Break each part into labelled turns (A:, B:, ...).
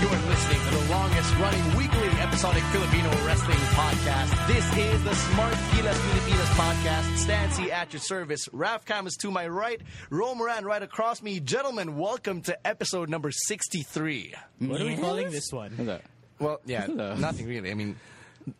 A: You are listening to the longest running weekly episodic Filipino wrestling podcast. This is the Smart Gilas Filipinas podcast. Stancy at your service. Raf Cam is to my right. Ro Moran right across me. Gentlemen, welcome to episode number 63.
B: What are we calling this one?
A: Well, yeah, nothing really. I mean,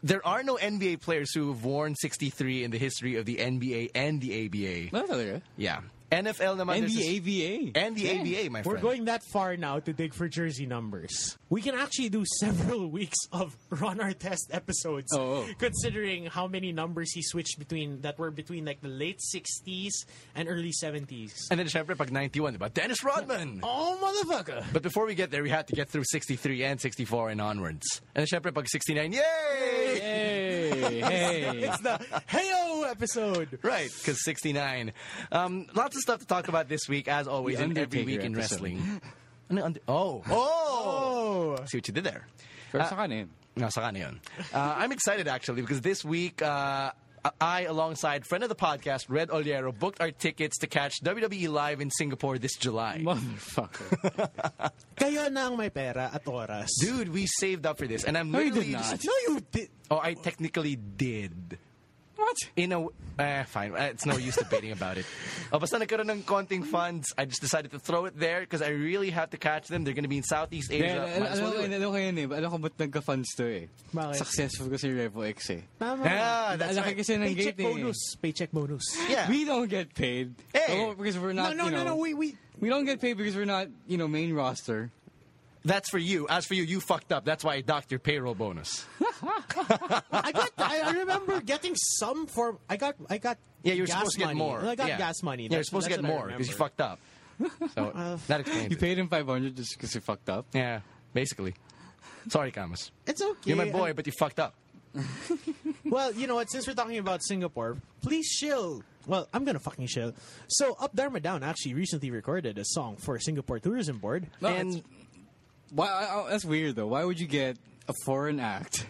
A: there are no NBA players who have worn 63 in the history of the NBA and the ABA.
C: Wala talaga.
A: Yeah. NFL naman.
C: And
A: there's
C: the
A: this-
C: AVA.
A: And the ABA, my
B: We're
A: friend.
B: going that far now to dig for jersey numbers. We can actually do several weeks of run our test episodes,
C: Oh, oh.
B: considering how many numbers he switched between that were between like the late '60s and early '70s.
A: and then, syempre, pag 91, diba? Dennis Rodman!
B: Oh, motherfucker!
A: But before we get there, we had to get through 63 and 64 and onwards. And syempre pag 69, yay!
C: Hey, hey.
B: It's the Heyo episode.
A: Right, because 69. Um, lots of stuff to talk about this week, as always,
C: The
A: and every week
C: Undertaker
A: in
C: episode.
A: wrestling. Ano, und- oh, oh! See what you did there.
C: Pero sa kanin.
A: Nasa ka na yun. Uh, I'm excited, actually, because this week... Uh, I, alongside friend of the podcast, Red Oliero, booked our tickets to catch WWE Live in Singapore this July.
C: Motherfucker.
B: Kayo na ang may pera at oras.
A: Dude, we saved up for this, and I'm
C: No, you did
A: literally
C: not.
A: just-
B: No, you did.
A: Oh, I technically did.
C: What?
A: In a... Eh, fine. Eh, It's no use debating about it. Oh, basta nagkaroon ng konting funds, I just decided to throw it there because I really have to catch them. They're going to be in Southeast Asia.
C: Dahil,
A: Might as
C: alam
A: well
C: ko,
A: do it.
C: alam ko yun eh. Alam ko ba't nagka-funds to eh.
B: Bakit?
C: Successful kasi Revo X eh.
B: Tama.
A: Yeah, that's
C: Alaki
A: right.
C: kasi ng
B: Ah, Paycheck
C: gate eh.
B: bonus. Paycheck bonus.
A: Yeah.
C: We don't get paid.
A: Hey!
C: Ako, because we're not,
B: no, no,
C: you know,
B: no, no. We, we.
C: we don't get paid because we're not, you know, main roster.
A: That's for you. As for you, you fucked up. That's why I docked your payroll bonus.
B: I got. I I remember getting some form. I got. I got.
A: Yeah, you're
B: gas
A: supposed to get
B: money.
A: more.
B: I got
A: yeah.
B: gas money.
A: Yeah, you're
B: That's-
A: supposed to
B: that's
A: get
B: what I
A: more because you
B: remember. Uh,
A: fucked up. So, that explains
C: You
A: it.
C: paid him 500 just because he fucked up.
A: Yeah, basically. Sorry, Camus.
B: It's okay.
A: You're my boy, but you fucked up.
B: Well, you know what? Since we're talking about Singapore, please chill. Well, I'm gonna fucking chill. So, Up Dharma Down actually recently recorded a song for Singapore Tourism Board.
C: No,
A: And-
C: it's- why, I- I- that's weird though. Why would you get a foreign act?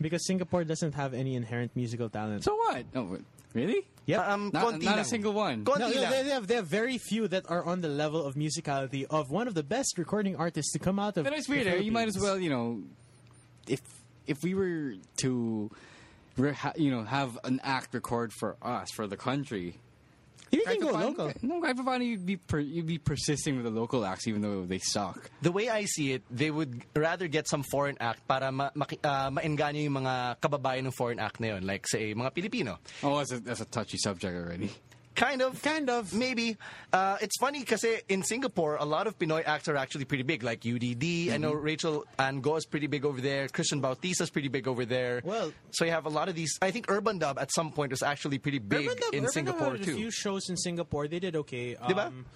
B: Because Singapore doesn't have any inherent musical talent.
C: So what? No, wait. really?
B: Yep.
A: Um,
C: Not,
A: konti
C: not a
A: lang.
C: single one.
A: Konti
B: no, no,
A: lang.
B: they, they have, they have very few that are on the level of musicality of one of the best recording artists to come out of.
C: But it's
B: the
C: weird. eh? You might as
B: Philippines.
C: well, you know, if if we were to, re- ha- you know, have an act record for us for the country.
B: You can
C: kahit
B: go
C: paano-
B: local.
C: No, kahit paano you'd be per- you'd be persisting with the local acts even though they suck.
A: The way I see it, they would rather get some foreign act para ma, maki- ah, maengganyo yung mga kababayan ng foreign act na yun, like say mga Pilipino.
C: Oh, that's a, that's a touchy subject already.
A: Kind of.
B: Kind of.
A: Maybe. Uh, it's funny because in Singapore, a lot of Pinoy acts are actually pretty big, like UDD. I know
B: Mm-hmm.
A: Rachel Ango is pretty big over there. Christian Bautista is pretty big over there.
B: Well-
A: so you have a lot of these. I think Urban Dub at some point was actually pretty big
B: Urban Dub-
A: in
B: Urban Dub
A: Singapore
B: had
A: too.
B: A few shows in Singapore, they did okay.
A: Diba?
B: Um,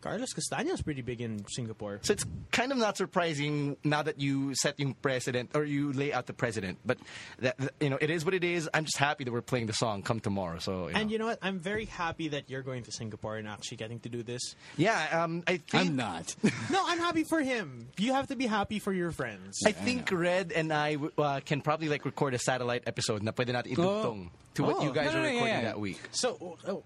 B: Carlos Castaña's pretty big in Singapore.
A: So it's kind of not surprising now that you set yung president or you lay out the president. But that, that- you know, it is what it is. I'm just happy that we're playing the song "Come Tomorrow." So you
B: And
A: know.
B: you know what? I'm very happy that you're going to Singapore and actually getting to do this.
A: yeah, um, I think
C: I'm not.
B: No, I'm happy for him. You have to be happy for your friends.
A: I think Red and I uh, can probably like record a satellite episode na pwede natin idugtong to what
C: Oh.
A: you guys
C: No, no,
A: are
C: no, yeah,
A: recording
C: yeah.
A: that week.
B: so, oh,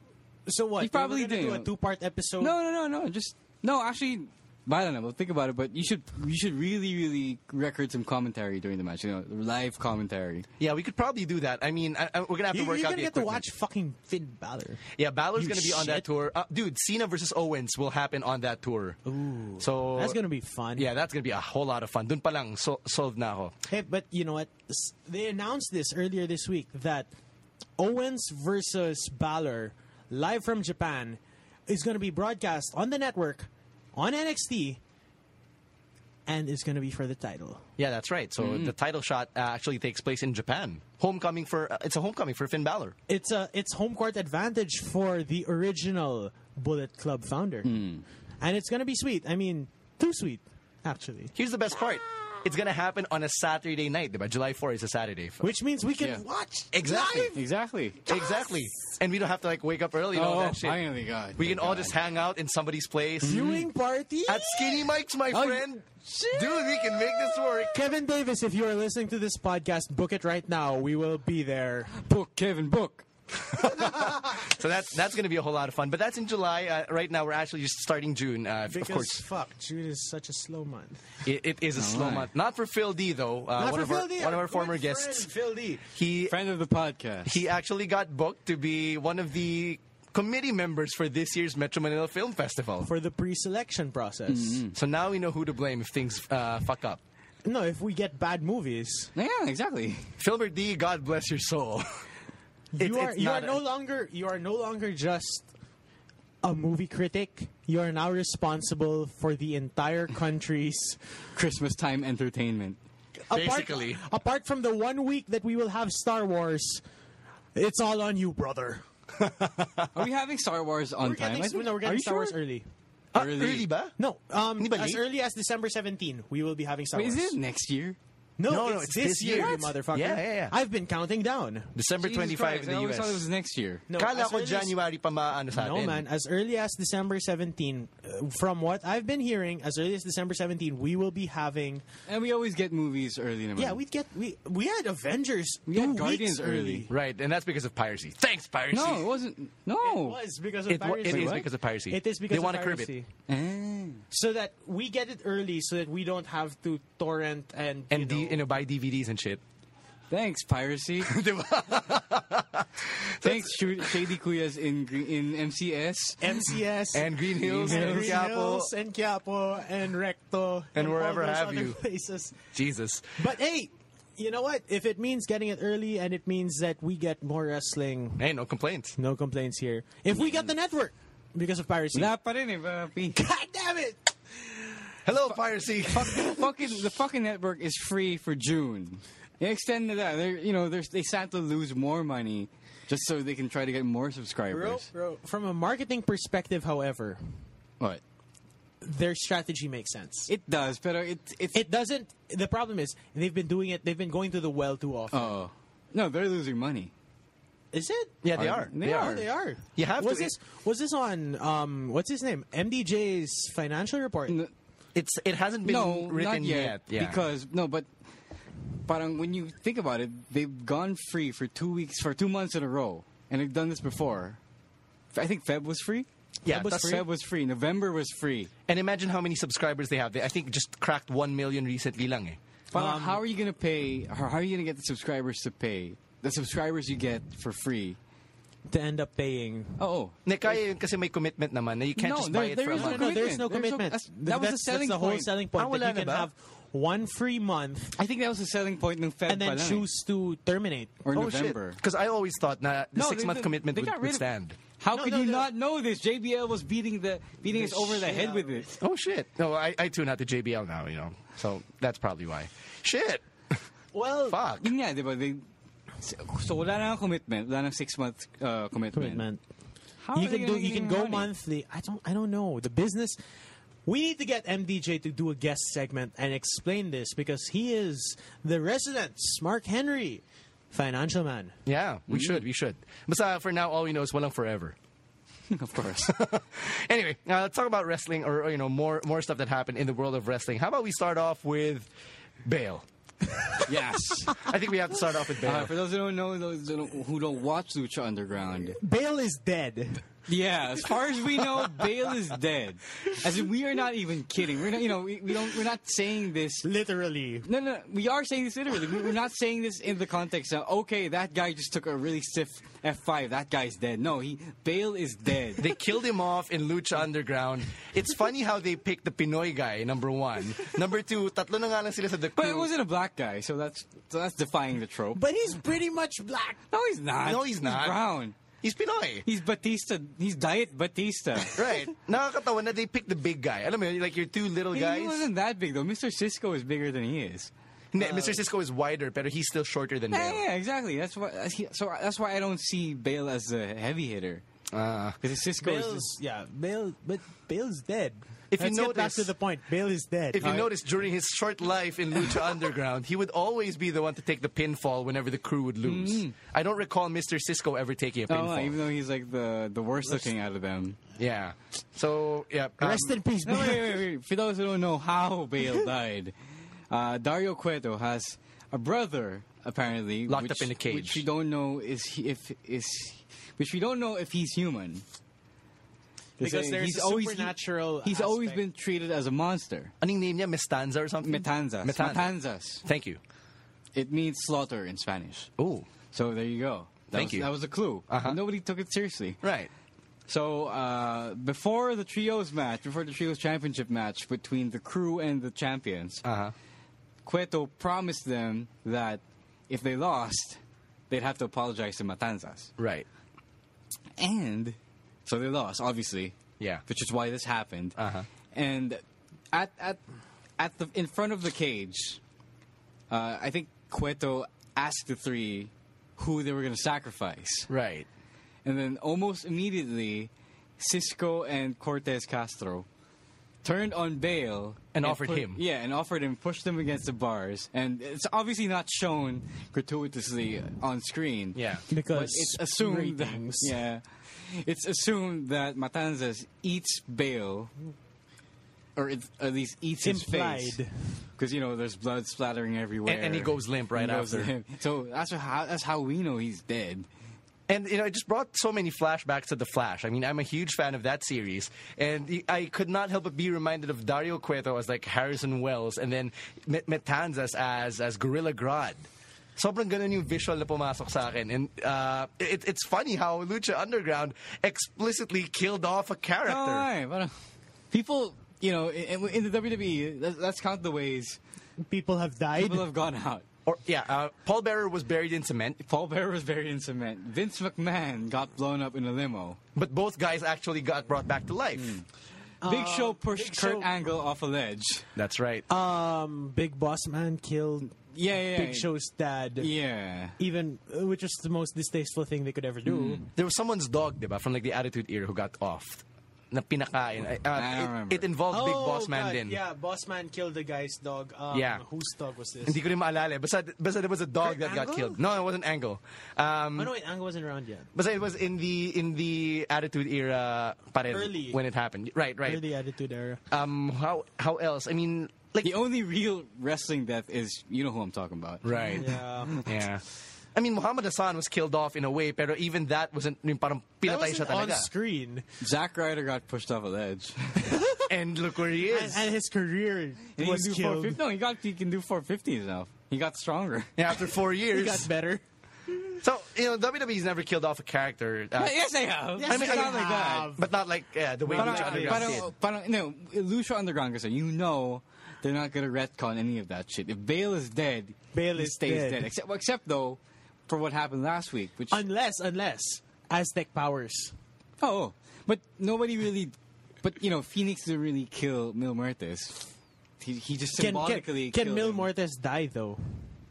B: so what?
C: You probably
B: We're gonna
C: do.
B: a two-part episode.
C: No, no, no, no. Just no. Actually, I don't know. We'll think about it. But you should you should really really record some commentary during the match. You know, live commentary.
A: Yeah, we could probably do that. I mean, I, I- we're gonna have to
B: you,
A: work
B: are
A: out
B: gonna
A: the
B: get to
A: equipment.
B: watch fucking Finn Balor.
A: Yeah, Balor's
B: You
A: gonna be on that
B: shit.
A: tour, uh, dude. Cena versus Owens will happen on that tour. Ooh, so
B: That's gonna be fun.
A: Yeah, that's gonna be a whole lot of fun. Dun palang so, solved na ako.
B: Hey, but you know what? S- They announced this earlier this week that Owens versus Balor live from Japan is going to be broadcast on the network on NXT and it's gonna be for the title.
A: Yeah, that's right. So
B: Mm-hmm.
A: the title shot uh, actually takes place in Japan. Homecoming for uh, it's a homecoming for Finn Balor.
B: It's a it's home court advantage for the original Bullet Club founder,
A: Hmm.
B: and it's gonna be sweet. I mean, too sweet, actually.
A: Here's the best part. It's gonna happen on a Saturday night, diba? July 4 is a Saturday.
B: Which means we can
C: Yeah.
B: watch
A: Exactly.
B: live.
C: Exactly.
A: Exactly. And we don't have to like wake up early and all
C: Oh,
A: that shit.
C: finally, God.
A: We can
C: Thank
A: all
C: God.
A: just hang out in somebody's place.
B: viewing party
A: Hmm. At Skinny Mike's, my
C: Oh,
A: friend. Dude, we can make this work.
B: Kevin Davis, if you are listening to this podcast, book it right now. We will be there.
C: Book, Kevin, book.
A: So that's that's going to be a whole lot of fun. But that's in July. Uh, right now, we're actually just starting June. Uh,
B: Because
A: of course,
B: fuck, June is such a slow month.
A: it, it is a slow
C: right.
A: month. Not for Phil D though. Uh,
B: Not
A: one
B: for
A: of our
B: Phil D,
A: one of our
B: good
A: former
B: friend,
A: guests.
B: Phil D.
A: He
C: Friend of the podcast.
A: he actually got booked to be one of the committee members for this year's Metro Manila Film Festival.
B: for the pre-selection process.
A: so now we know who to blame if things uh, fuck up.
B: No, if we get bad movies,
C: yeah, exactly.
A: Philbert D, God bless your soul. It's-
B: you are
A: it's
B: you are
A: not a-
B: no longer you are no longer just a movie critic. You are now responsible for the entire country's
C: Christmas time entertainment.
A: Basically.
B: Apart, apart from the one week that we will have Star Wars, it's all on you, brother.
C: Are we having Star Wars on
B: We're
C: time?
B: getting,
C: I think-
B: no, we're
C: Are
B: getting
C: you
B: Star Wars
C: sure?
B: early.
A: Ah,
C: Early.
A: early ba?
B: No, um,
A: Hindi ba
B: as
A: late?
B: early as December 17, we will be having Star
C: Wait,
B: Wars.
C: is it next year?
B: No,
A: No, no,
B: it's, this, year, you motherfucker.
A: Yeah, yeah, yeah.
B: I've been counting down.
A: December
C: Jesus
A: 25
C: Christ,
A: in
C: I
A: the
C: always
A: US.
C: thought it was next year.
B: No,
A: Kala
B: as
A: ko
B: early as-
A: January pa maano sa
B: No,
A: atin.
B: man. As early as December 17, uh, from what I've been hearing, as early as December 17, we will be having.
C: And we always get movies early.
A: Hmm.
C: naman.
B: Yeah, we'd get we we had Avengers.
C: We had
B: two
C: Guardians
B: weeks early.
C: early.
A: Right, and that's because of piracy. Thanks, piracy.
C: No, it wasn't.
B: It
C: No.
B: was because of
A: It, wa- it
B: piracy.
A: is
C: what?
A: because of piracy.
B: It is because
A: they
B: of
A: want to curb
B: piracy.
A: it.
C: Ah.
B: So that we get it early, so that we don't have to torrent and you
A: And
B: know,
A: D- you know, buy DVDs and shit.
C: Thanks, piracy. Thanks, Shu- Shady Kuyas in Gre- in MCS.
B: MCS
A: And Green Hills,
B: and
A: and
B: Green
A: Quiapo,
B: Hills, and Quiapo and Recto and, all
A: wherever
B: those
A: have
B: other
A: you.
B: places.
A: Jesus.
B: But hey, you know what? If it means getting it early and it means that we get more wrestling,
A: Hey, no complaints.
B: no complaints here. If we got the network because of piracy.
C: Wala pa rin eh, papi.
B: God damn it!
A: Hello, piracy.
C: fucking the fucking network is free for June. They extended that. They're, you know, they're, they sat to lose more money just so they can try to get more
B: Bro,
C: subscribers.
B: bro. From a marketing perspective, however,
C: What?
B: their strategy makes sense.
C: It does, but it it's
B: It doesn't. The problem is they've been doing it. They've been going to the well too often.
C: oh no, they're losing money.
B: is it?
A: Yeah, they are.
C: They
B: Oh,
C: are.
B: they are.
A: You have
B: was
A: to-
B: this was this on um what's his name MDJ's financial report?
C: N-
A: It's it hasn't been
C: no,
A: written
C: not yet.
A: Yeah.
C: Because no, but parang when you think about it, they've gone free for two weeks for two months in a row, and they've done this before. I think Feb was free.
A: yeah,
B: Feb was
A: that's-
B: free?
C: Feb was free. November was free.
A: and imagine how many subscribers they have. They, I think just cracked one million recently lang. Eh.
C: Parang how are you gonna pay? How how are you gonna get the subscribers to pay the subscribers you get for free?
B: to end up paying.
C: Oh,
A: Ne, kaya yun kasi may commitment naman na you can't
C: No,
A: just buy
C: there-
A: it
C: there
A: for a
C: is
A: month.
B: No, no, there's no
C: commitment.
B: commitment.
C: There's no- that's- that was the
B: That's-
C: selling
B: that's the whole
C: point.
B: selling
A: Ah,
B: point.
A: wala
B: That you
A: na
B: can
A: ba?
B: have one free month
C: I think that was the selling point ng Feb
B: and
C: pa
B: then
C: lang eh.
B: choose to terminate.
C: or
A: Oh shit!
C: November.
A: Because I always thought na the
C: No,
A: six month
C: they-
A: commitment
C: they
A: would,
C: got
A: would
C: rid
A: stand.
C: of- How
B: No,
C: could
B: no,
C: you
B: no.
C: not know this? JBL was beating the beating us over the
B: shit
C: head
B: out
C: with it.
B: of
A: Oh shit! No, I, I tune out to JBL now, you know. So that's probably why. Shit!
B: Well,
A: Fuck!
C: Yun nga, di ba? They, so wala na ang commitment, wala na six month uh, commitment.
B: commitment.
C: How
B: you
C: are they
B: can do.
C: gonna
B: You
C: give
B: can
C: me
B: go
C: money?
B: monthly. I don't. I don't know the business. We need to get MDJ to do a guest segment and explain this because he is the resident Mark Henry, financial man.
A: Yeah, we should, we should. But uh, for now, all we know is walang forever.
C: of course.
A: anyway, uh, let's talk about wrestling, or, or, you know, more more stuff that happened in the world of wrestling. How about we start off with Bale?
C: yes.
A: I think we have to start off with Bale.
C: Uh, for those who don't know, those who don't, who don't watch Lucha Underground,
B: Bale is dead.
C: yeah, as far as we know, Bale is dead. As in, we are not even kidding. We're not, you know, we, we don't, we're not saying this
B: Literally.
C: No, no, no, we are saying this literally. We- We're not saying this in the context of okay, that guy just took a really stiff F five. That guy's dead. No, he Bale is dead.
A: they killed him off in Lucha Underground. It's funny how they picked the Pinoy guy, number one. Number two, tatlo na nga lang sila sa The
C: but it
A: Crew.
C: wasn't a black guy, so that's so that's defying the trope.
B: But he's pretty much black.
C: no, he's not.
A: No, he's not.
C: brown.
A: He's Pinoy.
C: He's Batista. He's Diet Batista.
A: Right. Nakakatawa na they picked the big guy. Alam mo yun, like your two little guys.
C: He wasn't that big though. Mr. Cisco is bigger than he is.
A: Ne- Mr. Cisco is wider, but he's still shorter than
C: Yeah,
A: Bale.
C: yeah, exactly. That's why. that's- he- So that's why I don't see Bale as a heavy hitter.
A: Uh,
C: Because Cisco is
B: Bale's yeah, Bale, but Bale's dead.
A: If you
B: Let's get back
A: notice-
B: to the point, Bale is dead.
A: If you notice, during his short life in Lucha Underground, he would always be the one to take the pinfall whenever the crew would lose. I don't recall Mr. Cisco ever taking a
C: Hmm. Oh,
A: pinfall.
C: even though he's like the the worst looking out of them.
A: yeah. So, yeah. um,
B: Rest in peace,
C: No,
B: Bale.
C: wait, wait, wait. For those who don't know how Bale died, uh, Dario Cueto has a brother apparently
A: Locked up
C: which-
A: in a cage.
C: which we don't know is he, if is which we don't know if he's human. They
B: Because
C: say
B: there's
C: he's
B: a
C: always-
B: supernatural
C: He's always
B: aspect.
C: been treated as a monster.
A: Anong name niya? Mestanza or something?
C: Matanzas.
A: Metanza.
C: Matanzas.
A: Thank you.
C: It means slaughter in Spanish.
A: Oh,
C: So there you go. That
A: Thank
C: was,
A: you.
C: That was a clue.
A: Uh-huh.
C: Nobody took it seriously.
A: right.
C: So uh, before the trios match, before the trios championship match between the crew and the champions,
A: Uh-huh.
C: Cueto promised them that if they lost, they'd have to apologize to Matanzas.
A: Right.
C: And so they lost, obviously.
A: Yeah.
C: Which is why this happened.
A: Uh-huh.
C: And at at at the in front of the cage, uh, I think Cueto asked the three who they were going to sacrifice.
A: Right.
C: And then almost immediately, Cisco and Cortez Castro turned on Bale
A: And offered
C: put-
A: him.
C: Yeah, and offered him, pushed him against the bars. And it's obviously not shown gratuitously on screen.
A: Yeah.
C: But
B: because
C: it's assumed that,
B: ratings.
C: yeah, it's assumed that Matanzas eats Bale, or it, at least eats his face,
B: Implied.
C: because you know there's blood splattering everywhere,
A: And- and he goes limp right after.
C: limp. So that's how that's how we know he's dead.
A: And you know, it just brought so many flashbacks to the Flash. I mean, I'm a huge fan of that series, and y- I could not help but be reminded of Dario Cueto as like Harrison Wells, and then Met- Metanzas as as Gorilla Grodd. Sobrang ganun yung visual na pumasok sa akin. And uh, it, it's funny how Lucha Underground explicitly killed off a character.
C: No, why? But, uh, people, you know, in, in the E, WWE, let's, let's count the ways
B: people have died.
C: people have gone out.
A: Or, yeah, uh, Paul Bearer was buried in cement,
C: Paul Bearer was buried in cement. Vince McMahon got blown up in a limo.
A: but both guys actually got brought back to life.
C: Big Show pushed
B: Uh, Big
C: Kurt
B: Show-
C: Angle off a ledge.
A: That's right.
B: um, Big Boss Man killed
C: Yeah, yeah,
B: Big
C: yeah.
B: Show's dad.
C: Yeah.
B: Even uh, which is the most distasteful thing they could ever do.
A: there was someone's dog, diba, from like the Attitude Era who got off. Na pinakain. I- uh,
C: I don't
A: it-
C: remember.
A: it, involved Big
B: Oh,
A: Boss Man
B: God,
A: din.
B: Yeah, Boss Man killed the guy's dog. Um,
A: Yeah.
B: whose dog was this?
A: Hindi ko rin maalala. eh. Basta, basta there was a dog
B: Kurt
A: that got
B: Angle?
A: killed. No, it wasn't Angle. Um,
B: Oh no, wait, Angle wasn't around yet.
A: basta it was in the in the Attitude Era pa rin
B: Early.
A: when it happened. Right, right.
B: Early Attitude Era.
A: Um, how how else? I mean, like...
C: The only real wrestling death is you know who I'm talking about.
A: right.
B: Yeah.
A: Yeah. I mean, Muhammad Hassan was killed off in a way, pero even that wasn't yung parang
B: That
A: pinatay siya
B: wasn't on
A: talaga.
B: screen,
C: Zack Ryder got pushed off a ledge.
A: And look where he
B: and,
A: is.
B: and his career
C: He can
B: was
C: do
B: killed.
C: 450 No, he got he can do 450s now. He got stronger.
A: Yeah, after four years.
B: He got better.
A: So you know, WWE's never killed off a character, uh,
C: yes, they have.
B: Yes,
C: I mean,
A: they
C: not like that.
B: have.
A: but not like yeah, the way
B: But
A: Lucha
B: I-
A: Underground
C: parang,
A: did.
C: parang, no, Lucia Underground kasi, you know, they're not gonna retcon any of that shit. If Bale is dead,
B: Bale
C: he
B: is
C: stays
B: dead.
C: dead. Except, well, except though, for what happened last week, which
B: Unless, unless Aztec powers.
C: oh, but nobody really, but you know, Phoenix didn't really kill Mil Muertes. He, he just
B: Can can,
C: symbolically
B: can
C: killed
B: Mil
C: him.
B: Mortes die though?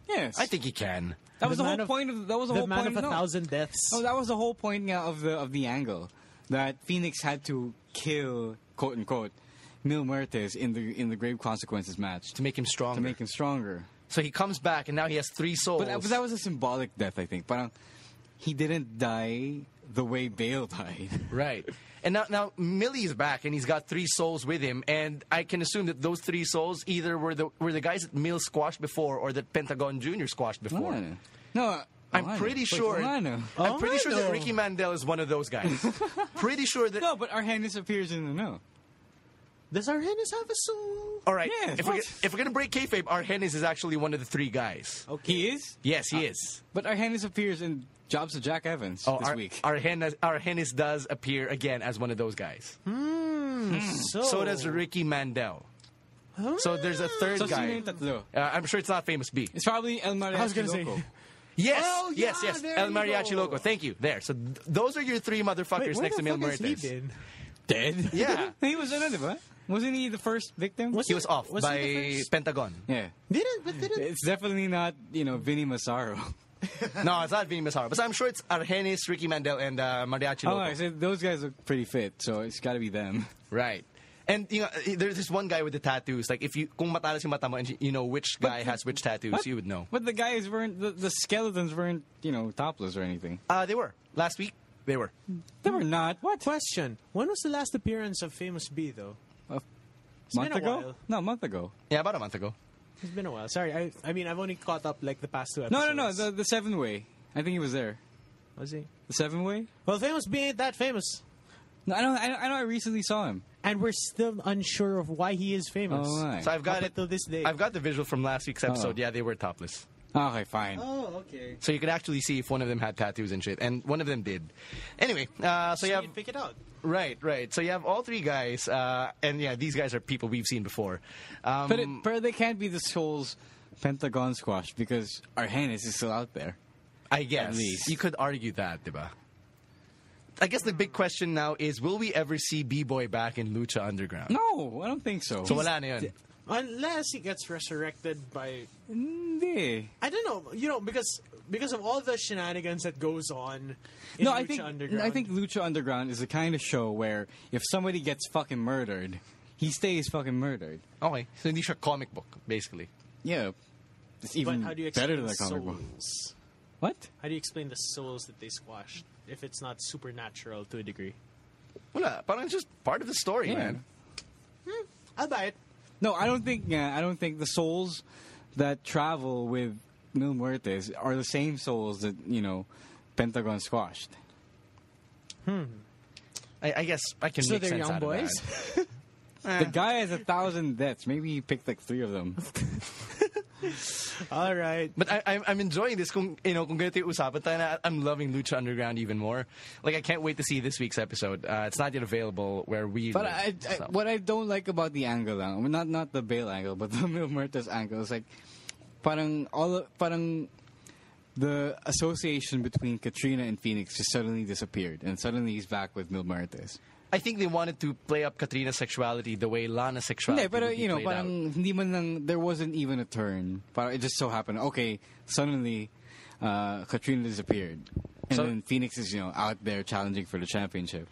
C: Yes,
A: I think he can.
C: that was
B: The
C: the,
B: man
C: whole
B: of-
C: point of that was the,
B: the
C: whole
B: man
C: point
B: of a
C: no.
B: thousand deaths.
C: Oh, that was the whole point yeah, of the of the angle that Phoenix had to kill quote unquote Mil Muertes in the in the Grave Consequences match
A: To make him stronger.
C: to make him stronger.
A: so he comes back and now he has three souls.
C: But, that- but that was a symbolic death, I think. But he didn't die the way Bale died.
A: right. And now now Millie's back and he's got three souls with him, and I can assume that those three souls either were the were the guys that Mill squashed before or that Pentagon Junior squashed before.
C: Wala. No,
A: I'm
C: wala.
A: pretty
C: Wait, Oh,
A: sure. Oh.
C: wala.
A: I'm pretty sure that
B: Wala.
A: Ricky Mandel is one of those guys. pretty sure that.
C: No, but Arrhanis appears in the no.
B: Does Arrhenis have a soul?
A: All right.
C: Yes,
A: if, we're,
C: what?
A: gonna- if we're gonna break kayfabe, Arhenis is actually one of the three guys.
B: Okay.
C: He is,
A: Yes, he is.
C: but Arrhanis appears in Jobs of Jack Evans this
A: Oh, our,
C: week.
A: Our Hennis, our Hennis does appear again as one of those guys.
B: Hmm,
C: Hmm.
B: So,
A: So does Ricky Mandel. So there's a third
C: so sino
A: guy.
C: yung tatlo?
A: Uh, I'm sure it's not Famous B.
C: It's probably El Mariachi
B: I was gonna say-
C: Loco.
A: Yes,
C: Oh, yeah,
A: yes, yes.
C: there
A: El
C: you
A: Mariachi
C: go.
A: Loco. Thank you. There. So th- those are your three motherfuckers
B: Wait, where
A: next
B: the
A: to Mil
B: fuck has he
A: Muertes.
B: been?
C: Dead?
A: Yeah.
C: he was another one. Wasn't he the first victim?
B: Was
A: He was off
B: Was he
A: by
B: the first-
A: Pentagon.
C: yeah.
B: Didn't but didn't
C: It's definitely not, you know, Vinny Massaro.
A: no, it's not Vinny Mazar. But I'm sure it's Argenis, Ricky Mandel, and uh, Mariachi
C: Oh,
A: Loco.
C: I said those guys look pretty fit, so it's got to be them.
A: Right. And you know, uh, there's this one guy with the tattoos. Like if you kung matalas yung mata mo, and you know which guy has which tattoos, you would know.
C: But the guys weren't, the, the skeletons weren't, you know, topless or anything.
A: Uh, they were last week. They were.
C: They
A: Hmm.
C: were not. What?
B: question? When was the last appearance of Famous B though?
C: A
B: been
C: month
B: a
C: ago?
B: while.
C: No, a month ago.
A: Yeah, about a month ago.
B: It's been a while. Sorry, I I mean I've only caught up like the past two
C: No,
B: episodes.
C: no, no. The, the seven way. I think he was there.
B: was he?
C: The seven way?
B: Well, Famous B ain't that famous,
C: No, I don't. I, don't- I know. I recently saw him.
B: and we're still unsure of why he is famous.
C: Oh, right.
A: So I've got
B: Up
A: it
B: until this day.
A: I've got the visual from last week's episode.
C: Oh.
A: Yeah, they were topless.
C: Okay, fine.
B: Oh, okay.
A: So you could actually see if one of them had tattoos and shit, and one of them did. Anyway, uh, so
B: So
A: you
B: you
A: have
B: can pick it out.
A: right, right. So you have all three guys, uh, and yeah, these guys are people we've seen before. Um,
C: But, it, but they can't be the Souls Pentagon squash because Arhanis is still out there.
A: I guess
C: least.
A: you could argue that, diba? I guess the big question now is, will we ever see B Boy back in Lucha Underground?
C: No, I don't think so.
A: So wala na yun.
B: Unless he gets resurrected by
C: Mm, Hindi.
B: I don't know, you know, because because of all the shenanigans that goes on. In
C: No,
B: Lucha
C: I think
B: Underground,
C: I think Lucha Underground is the kind of show where if somebody gets fucking murdered, he stays fucking murdered.
A: Okay, so hindi siya comic book basically.
C: Yeah, it's
B: But
C: even
B: how do you explain
C: better than
B: the
C: a comic book.
B: souls?
C: What?
B: How do you explain the souls that they squashed if it's not supernatural to a degree?
A: Wala, parang it's just part of the story,
C: Yeah.
A: man.
B: I'll buy it.
C: No, I don't think. Uh, I don't think the souls that travel with Mil Muertes are the same souls that you know Pentagon squashed.
A: I, I guess I can
B: So
A: make
B: they're
A: sense
B: young
A: out
B: boys?
A: of that.
C: The guy has a thousand deaths. Maybe he picked like three of them.
B: All right.
A: But I, I'm, I'm enjoying this. Kung, you know, kung ganito yung usapan tayo na, I'm loving Lucha Underground even more. Like, I can't wait to see this week's episode. Uh, it's not yet available where we.
C: But
A: live,
C: I, I,
A: so.
C: what I don't like about the angle lang, well, not not the bail angle, but the Mil Muertes angle is like, parang all of- parang the association between Katrina and Phoenix just suddenly disappeared, and suddenly he's back with Mil Muertes.
A: I think they wanted to play up Katrina's sexuality the way Lana's sexuality.
C: Hindi, pero
A: would be
C: you know,
A: played out.
C: parang hindi man lang, there wasn't even a turn. Parang it just so happened. Okay, suddenly uh, Katrina disappeared, and
A: So-
C: then Phoenix is you know out there challenging for the championship.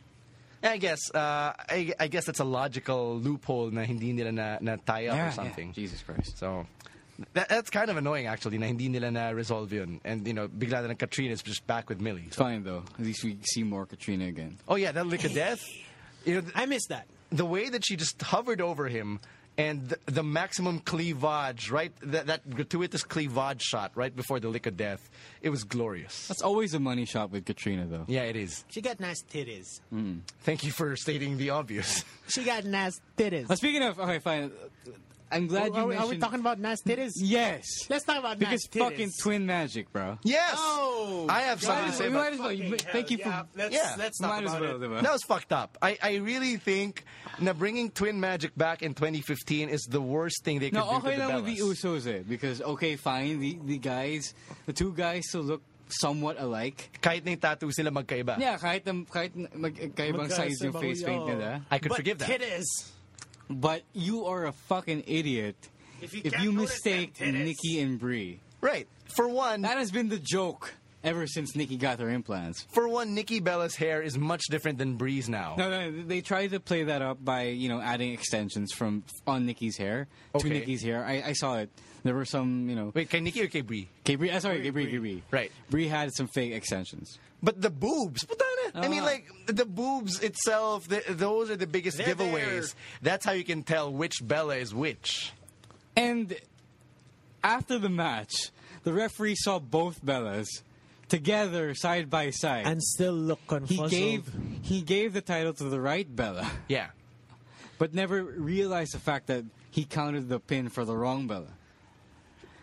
A: I guess. Uh, I, I guess that's a logical loophole na hindi nila na, na tie up or something.
C: Jesus Christ.
A: So that, that's kind of annoying actually na hindi nila na resolve yun. And you know, bigla na lang Katrina's just back with Millie.
C: It's fine though. At least we see more Katrina again.
A: Oh yeah, that lick of death. You know, th-
B: I miss that.
A: the way that she just hovered over him and the, the maximum cleavage, right? That, that gratuitous cleavage shot right before the lick of death. It was glorious.
C: That's always a money shot with Katrina though.
A: Yeah, it is.
B: She got nice titties.
A: Thank you for stating the obvious.
B: She got nice titties.
C: Uh, speaking of, okay, fine. I'm glad you
B: are, we,
C: mentioned.
B: are we talking about nice titties?
C: Yes.
B: Let's talk about
C: because
B: nice titties.
C: fucking twin magic, bro.
A: Yes.
B: Oh,
A: I have
B: God.
A: something to say
C: We
A: about
C: might as well. You-
B: Fucking
C: Thank you for.
B: hell, yeah. Let's,
A: Yeah.
B: let's talk
C: might as
B: about
C: well.
B: it.
C: diba?
A: That was fucked up. I, I really think na bringing Twin Magic back in 2015 is the worst thing they could
C: No,
A: do
C: okay
A: to the
C: lang with the
A: Bellas.
C: Usos eh. Because, okay, fine, the, the guys, the two guys still look somewhat alike.
A: Kahit na yung tattoos nila magkaiba.
C: Yeah, kahit, ang- kahit magkaibang size yung
B: Magkasabay,
C: face eh? paint
B: oh.
C: nila.
A: I could
B: but
A: forgive that.
B: titties.
C: But you are a fucking idiot
B: If you
C: if
B: can't
C: you
B: notice them
C: mistake
B: titties.
C: Nikki and Brie.
A: Right. For one,
C: That has been the joke ever since Nikki got her implants.
A: for one, Nikki Bella's hair is much different than Bree's now.
C: No, no, they tried to play that up by you know adding extensions from on Nikki's hair
A: Okay.
C: to Nikki's hair. I, I saw it. There were some you know.
A: Wait, kay Nikki or kay Bree?
C: Kay Bree, uh, sorry, Kay Bree, Kay Bree.
A: Right.
C: Bree had some fake extensions.
A: But the boobs, puta na. I mean,
C: Ah.
A: like the boobs itself. The, those are the biggest
B: They're
A: giveaways. That's how you can tell which Bella is which.
C: And after the match, the referee saw both Bellas together side by side.
B: And still look
C: he
B: confuzzled.
C: gave he gave the title to the right Bella,
A: Yeah.
C: but never realized the fact that he counted the pin for the wrong Bella.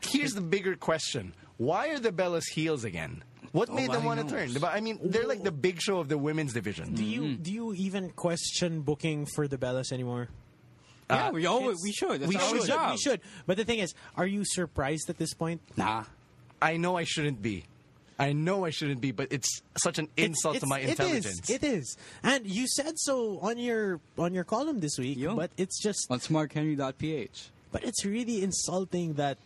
A: Here's the bigger question: Why are the Bellas heels again? What made them
C: I
A: want to
C: knows?
A: turn? Diba? I mean, they're like the big show of the women's division.
B: Do you do you even question booking for the Bellas anymore?
C: yeah, Oh, we always we should. That's
B: we
C: our
B: should.
C: job.
B: We should. But the thing is, are you surprised at this point?
C: Nah.
A: I know I shouldn't be. I know I shouldn't be, but it's such an insult to
B: It's-
A: my
B: it is,
A: intelligence.
B: It is, and you said so on your on your column this week.
C: Yo.
B: But it's just,
C: on smarthenry.ph.
B: but it's really insulting that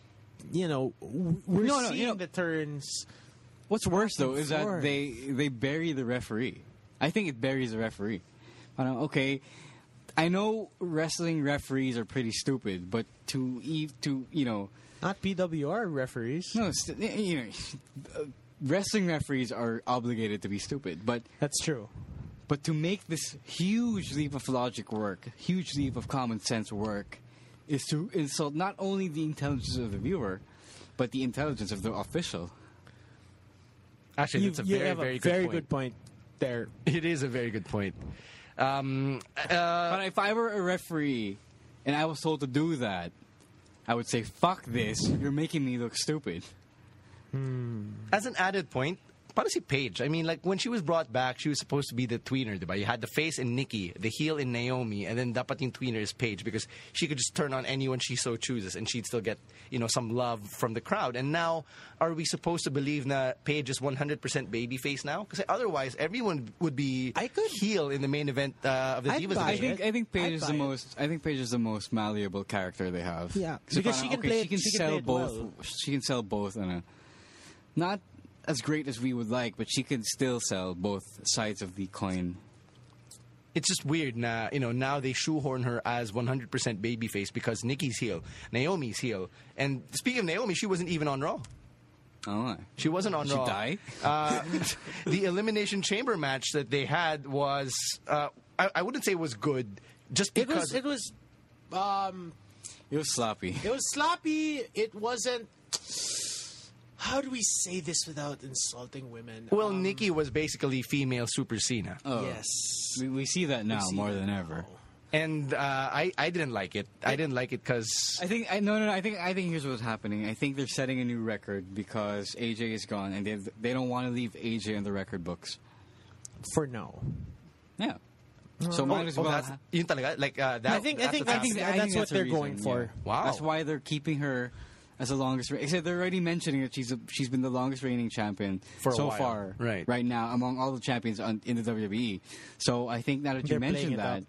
B: you know w- we're
C: No, no,
B: seeing
C: you know-
B: the turns.
C: What's worse though
B: and
C: is that
B: forth.
C: they they bury the referee. I think it buries the referee. Parang, okay, I know wrestling referees are pretty stupid, but to eve to you know
B: Not PWR referees.
C: no st- you know uh, wrestling referees are obligated to be stupid, but
B: That's true.
C: but to make this huge leap of logic work, huge leap of common sense work, is to insult not only the intelligence of the viewer, but the intelligence of the official.
A: Actually,
B: You-
A: it's a
B: you
A: very,
B: have
A: very,
B: a
A: good,
B: very
A: point.
B: good point there.
A: It is a very good point. Um, uh,
C: But if I were a referee and I was told to do that, I would say, fuck this, you're making me look stupid.
A: as an added point, para si Paige. I mean, like when she was brought back, she was supposed to be the tweener, diba? You had the face in Nikki, the heel in Naomi, and then dapat yung tweener is Paige because she could just turn on anyone she so chooses, and she'd still get you know some love from the crowd. And now, are we supposed to believe that Paige is 100% babyface now? Because otherwise, everyone would be
B: I could-
A: heel in the main event uh, of the
B: I'd
A: Divas
B: buy
C: I
B: it.
A: division.
C: think I think Paige
B: I'd
C: is
B: buy
C: the
B: it.
C: most I think Paige is the most malleable character they have.
B: Yeah,
C: So
B: because
C: parang,
B: she can play it- she can
C: sell
B: play it
C: both.
B: well.
C: She can sell both on a not as great as we would like, but she can still sell both sides of the coin.
A: it's just weird now you know now they shoehorn her as 100% babyface because Nikki's heel Naomi's heel and speaking of Naomi she wasn't even on Raw
C: Oh,
A: she wasn't on
C: Did she
A: Raw
C: die?
A: uh, the Elimination Chamber match that they had was uh, I, I wouldn't say was good just
B: It
A: because
B: was it was um
C: it was sloppy.
B: it was sloppy. It wasn't. How do we say this without insulting women?
A: well
B: Um,
A: Nikki was basically female Super Cena
C: Oh.
B: yes.
C: We, we see that now
B: see
C: more
B: that
C: than
B: now.
C: ever.
A: and uh, I, I didn't like it I didn't like it because
C: I think I no no no. I think I think here's what's happening. I think they're setting a new record because AJ is gone, and they they don't want to leave AJ in the record books.
B: For now.
C: Yeah. So might
A: Oh,
C: as well. ha-
A: yun talaga like uh, that
B: I think I
A: that's
B: think
A: what's
B: I think
A: happening.
B: Oh, that's what
C: the
B: they're
C: reason,
B: going for.
C: yeah.
A: Wow.
C: That's why they're keeping her as the longest. re- Except they're already mentioning that she's a, she's been the longest reigning champion
A: For a
C: so
A: while.
C: far,
A: Right.
C: Right now, among all the champions on, in the WWE. So I think now that you
B: They're playing
C: mentioned
B: it
C: that,
B: up.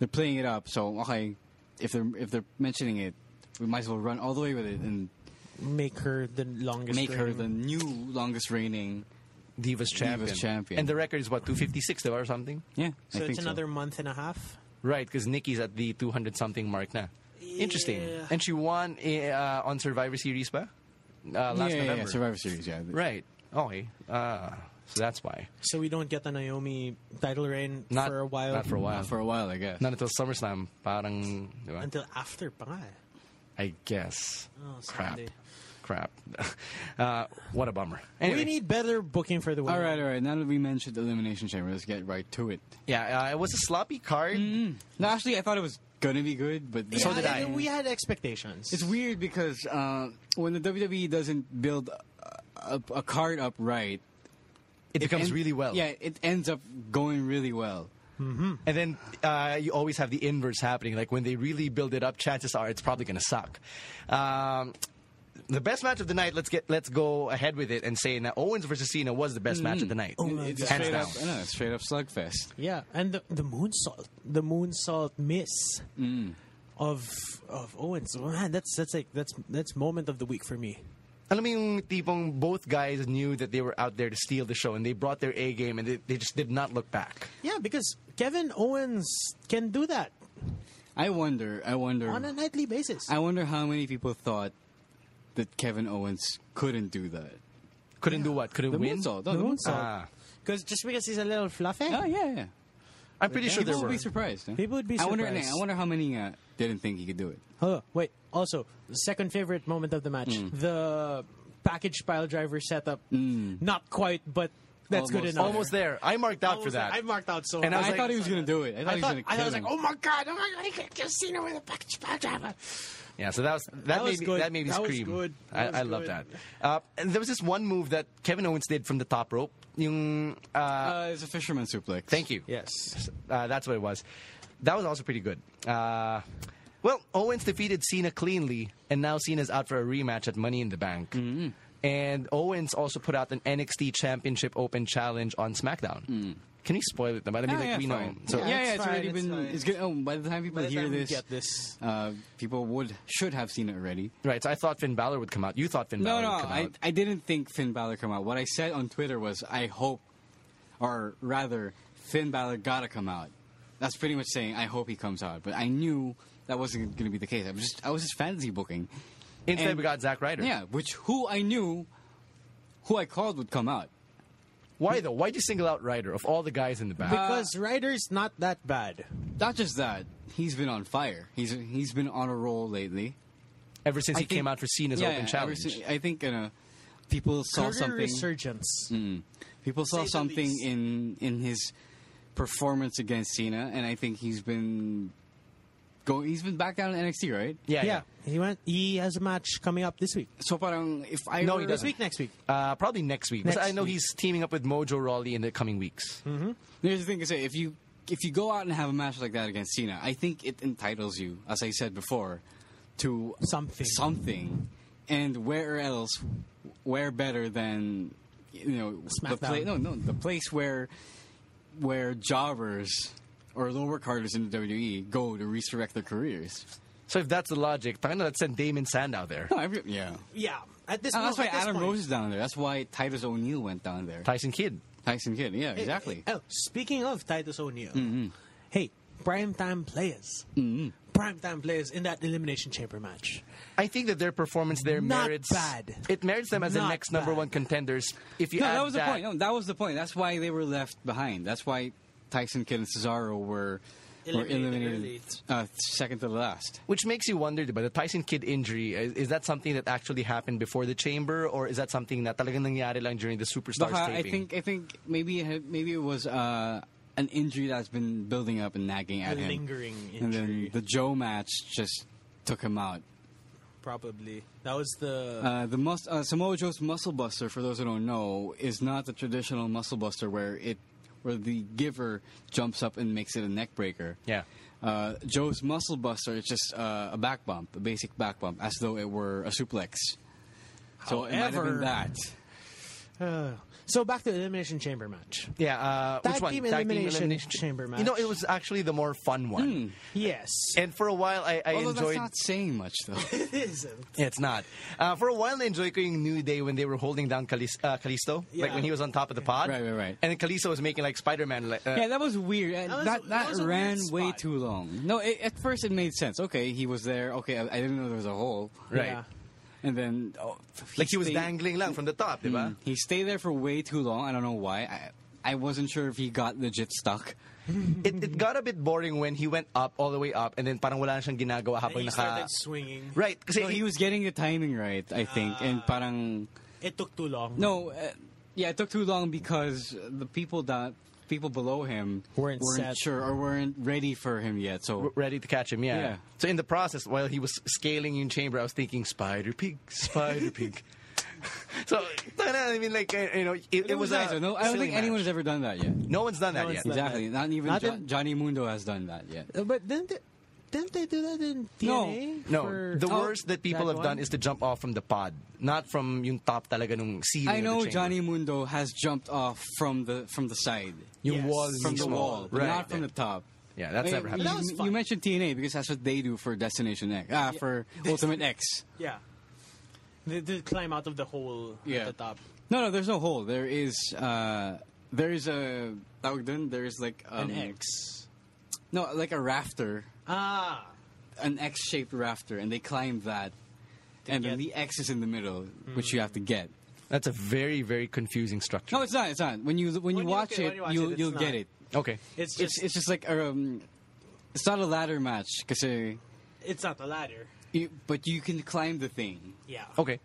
C: they're playing it up. So okay, if they're if they're mentioning it, we might as well run all the way with it and
B: Make her the longest.
C: make her
B: reigning.
C: the new longest reigning.
A: Divas champion.
C: champion.
A: And the record is what 256 or something.
C: Yeah, I
B: So
C: think
B: it's another month and a half.
A: Right, because Nikki's at the 200 something mark now. Interesting.
B: Yeah.
A: And she won eh, uh, on Survivor Series, pa? Uh, last
C: yeah, yeah,
A: November.
C: yeah, Survivor Series. Yeah,
A: Right. Okay. Uh, so that's why.
B: So we don't get the Naomi title reign
A: Not
B: for a while.
A: Not for a while.
C: Not Uh, for a while, I guess.
A: Not until SummerSlam. Parang, di ba?
B: Until after pa. nga eh.
A: I guess.
B: Oh,
A: Crap.
B: Sunday.
A: Crap. uh, what a bummer. Anyway,
B: We need better booking for the women.
C: all right, all right. Now that we mentioned the elimination chamber, let's get right to it.
A: yeah, uh, it was a sloppy card.
C: No, actually, I thought it was gonna be good, but
B: Yeah,
A: So did I.
B: We had expectations.
C: It's weird because uh, when the WWE doesn't build a, a, a card up right,
A: It becomes
C: en-
A: really well.
C: Yeah, it ends up going really well.
A: And then uh, you always have the inverse happening. Like when they really build it up, chances are it's probably going to suck. Um, the best match of the night. Let's get let's go ahead with it and say now Owens versus Cena was the best match of the night.
B: Oh my
C: It's
B: God.
A: hands
C: straight
A: down.
C: up, I know, it's straight up slugfest.
B: Yeah, and the, the moonsault, the moonsault miss
C: Mm.
B: of of Owens. Oh, man, that's that's like that's that's moment of the week for me.
A: Alam mo yung tipong both guys knew that they were out there to steal the show and they brought their A game and they, they just did not look back.
B: Yeah, because Kevin Owens can do that
C: I wonder, I wonder,
B: on a nightly basis.
C: I wonder how many people thought that Kevin Owens couldn't do that.
A: Couldn't do what? Couldn't
C: The
A: win.
C: moonsault,
B: the
C: no, the
B: moonsault,
A: Ah.
B: because just because he's a little fluffy.
C: Oh yeah, yeah.
A: I'm pretty sure there
C: People would
A: were.
C: be surprised. huh?
B: People would be
C: I wonder,
B: surprised.
C: I wonder how many uh, didn't think he could do it.
B: Oh wait, also the second favorite moment of the match,
C: Mm.
B: the package pile driver setup. Not quite, but that's good
C: Mm. Almost.
B: enough.
A: Almost there. I marked out for
B: Almost
A: that.
B: I marked out so.
A: And I
C: I,
A: was
B: hard.
A: like-
C: thought he was gonna do it. I thought,
B: I
C: he
B: thought,
C: was gonna
B: I
C: kill
B: was
C: him.
B: like, oh my god, oh my god, I can't just see her with a package pile driver.
A: Yeah, so that was that,
B: That
A: made
B: was
A: me,
B: good.
A: that made me
B: That was
A: scream.
B: good.
A: I,
B: That was
A: I love
B: good.
A: that. Uh, and there was this one move that Kevin Owens did from the top rope. Yung, uh,
C: Uh, it's a fisherman suplex.
A: thank you.
B: Yes.
A: uh, that's what it was. That was also pretty good. Uh,
C: Mm-hmm.
A: well, Owens defeated Cena cleanly, and now Cena's out for a rematch at Money in the Bank. And Owens also put out an NXT Championship Open Challenge on SmackDown. Can we spoil it? Though? But I mean,
C: Ah,
A: like
C: Mm. yeah,
A: we know.
C: fine.
A: So
C: yeah,
B: Yeah,
C: yeah,
B: it's
C: it's already
B: fine,
C: been.
B: it's fine.
C: It's good. Oh, by the time people
B: By the
C: hear
B: time we
C: this,
B: get this.
C: Uh, people would should have seen it already.
A: right. So I thought Finn Balor would come out. You thought Finn Balor
C: No, no,
A: would come
C: I,
A: out.
C: I didn't think Finn Balor come out. What I said on Twitter was, I hope, or rather, Finn Balor gotta come out. That's pretty much saying I hope he comes out. But I knew that wasn't going to be the case. I was just I was just fantasy booking.
A: Instead,
C: and-
A: we got Zack Ryder.
C: Yeah, which who I knew, who I called would come out.
A: Why though? Why'd you single out Ryder of all the guys in the back?
B: Because Ryder's not that bad.
C: Not just that, he's been on fire. He's he's been on a roll lately.
A: ever since
C: I
A: he came
C: think-
A: out for Cena's
C: Yeah,
A: Open
C: yeah, ever
A: Challenge.
C: since- I think uh, people saw
B: Career
C: something.
B: resurgence.
C: People saw
B: say the
C: something
B: least.
C: in in his performance against Cena, and I think he's been go. He's been back down in NXT, right?
A: yeah, yeah.
B: yeah. he went. He has a match coming up this week.
C: So, parang if I
A: No,
C: were-
A: he
B: This
A: doesn't.
B: week, next week.
A: Uh, probably next week. 'Cause
B: Next
A: I know
B: week.
A: he's teaming up with Mojo Rawley in the coming weeks.
C: Here's the thing: is that if you if you go out and have a match like that against Cena, I think it entitles you, as I said before, to
B: Something.
C: something, and where else, where better than you know the
B: SmackDown.
C: place? No, no, the place where where jobbers or lower carders in the WWE go to resurrect their careers.
A: So if that's the logic, Tangna, let's send Damon Sandow there.
C: No, every, yeah.
B: Yeah, at this.
C: And
B: no,
C: Oh, that's why
B: at this
C: Adam
B: point-
C: Rose is down there. That's why Titus O'Neil went down there.
A: Tyson Kidd.
C: Tyson Kidd. Yeah, exactly.
B: Oh, speaking of Titus O'Neil, hey, primetime players, mm primetime players in that elimination chamber match.
A: I think that their performance there
B: Not
A: merits
B: bad.
A: It merits them as the
B: Not
A: next number
B: bad.
A: one contenders. If you
C: No,
A: add
C: that was the point. No, that was the point. That's why they were left behind. That's why Tyson Kidd and Cesaro were
B: Eliminated
C: were
B: early.
C: eliminated uh, second to the last.
A: which makes you wonder about the Tyson Kidd injury. Is, is that something that actually happened before the Chamber, or is that something that talagang nangyari lang during the Superstars
C: Baka, uh, I
A: taping?
C: think I think maybe it had- maybe it was uh, an injury that's been building up and nagging at
B: A
C: him.
B: lingering
C: And
B: injury.
C: then the Joe match just took him out.
B: Probably that was the
C: Uh, the mus- uh, Samoa Joe's muscle buster, for those who don't know, is not the traditional muscle buster where it where the giver jumps up and makes it a neck breaker.
A: Yeah.
C: Uh, Joe's muscle buster is just uh, a back bump, a basic back bump, as though it were a suplex. So it might have
B: However-
C: been that.
B: Uh, so back to the elimination chamber match.
A: Yeah, uh,
B: Tag
A: which one?
B: team elimination chamber
A: You know,
B: match.
A: it was actually the more fun one.
B: Yes,
A: And for a while, I, I
C: Hmm. Although
A: enjoyed.
C: that's not saying much, though.
B: it isn't.
A: Yeah, it's not. Uh, for a while, I enjoyed going New Day when they were holding down Calis- uh, Kalisto, like
B: Yeah.
A: when he was on top of the pod.
C: Right, right, right.
A: And then Kalisto was making like Spider Man. Like, uh,
C: yeah, that was weird. Uh, That
B: was-
C: that,
B: that was a
C: ran
B: weird
C: way
B: spot.
C: too long. No, it, at first it made sense. Okay, he was there. Okay, I, I didn't know there was a hole.
A: Right.
B: Yeah.
C: And then, oh,
A: like he was
C: stayed-
A: dangling lang from the top, diba?
C: Mm, He stayed there for way too long. I don't know why. I, I wasn't sure if he got legit stuck. Mm.
A: It, it got a bit boring when he went up, all the way up, and then parang wala na siyang ginagawa
B: And
A: habang
B: he
A: naka...
B: started swinging.
A: Right, kasi
C: So he was getting the timing right, I think.
A: Ah.
C: and parang
B: It took too long.
C: no, uh, yeah, it took too long because the people that people below him
B: Weren't set.
C: sure or weren't ready for him yet. So
A: ready to catch him, yeah.
C: Yeah.
A: So in the process, while he was scaling in chamber, I was thinking, Spider Pig, Spider Pig. so, I mean, like, uh, you know, it, it,
C: it, was,
A: was,
C: nice.
A: a
C: though. No, I don't
A: silly
C: think anyone
A: match.
C: has ever done that yet.
A: No one's done that
B: one's
A: yet.
B: done-
C: Exactly. Not even
B: Not
C: Jo-
B: in-
C: Johnny Mundo has done that yet.
B: Uh, but didn't they, didn't they do that in
C: No.
B: TNA?
A: No,
B: for-
A: the
B: Oh,
A: worst that people
B: that
A: have done
B: one?
A: is to jump off from the pod, not from yung top talaga nung ceiling.
C: I
A: of the
C: know
A: chamber.
C: Johnny Mundo has jumped off from the from the side.
A: Yung
B: Yes.
A: wall
C: from the
A: mismo.
C: wall,
A: right?
C: not from the top.
A: Yeah, that's
C: Wait,
A: never happened.
C: you-
B: That was
C: You,
B: fun.
C: mentioned TNA because that's what they do for Destination X, ah, for Ultimate X.
B: Yeah. They did climb out of the hole at the top.
C: No, no, there's no hole. There is, uh, there is a tawag dun, There is like um,
B: An X.
C: No, like a rafter,
B: Ah.
C: an X-shaped rafter, and they climb that, and then
B: get- Hmm.
C: the X is in the middle, which you have to get.
A: That's a very very confusing structure.
C: No, it's not. It's not. When you when you,
B: When you
C: watch,
B: look at-
C: it,
B: when you watch
C: you'll
B: it, it's
C: you'll
B: not.
C: get it.
A: okay.
B: It's just,
C: It's it's just like um, it's not a ladder match because,
B: it's not the ladder.
C: but you can climb the thing.
B: Yeah.
A: Okay.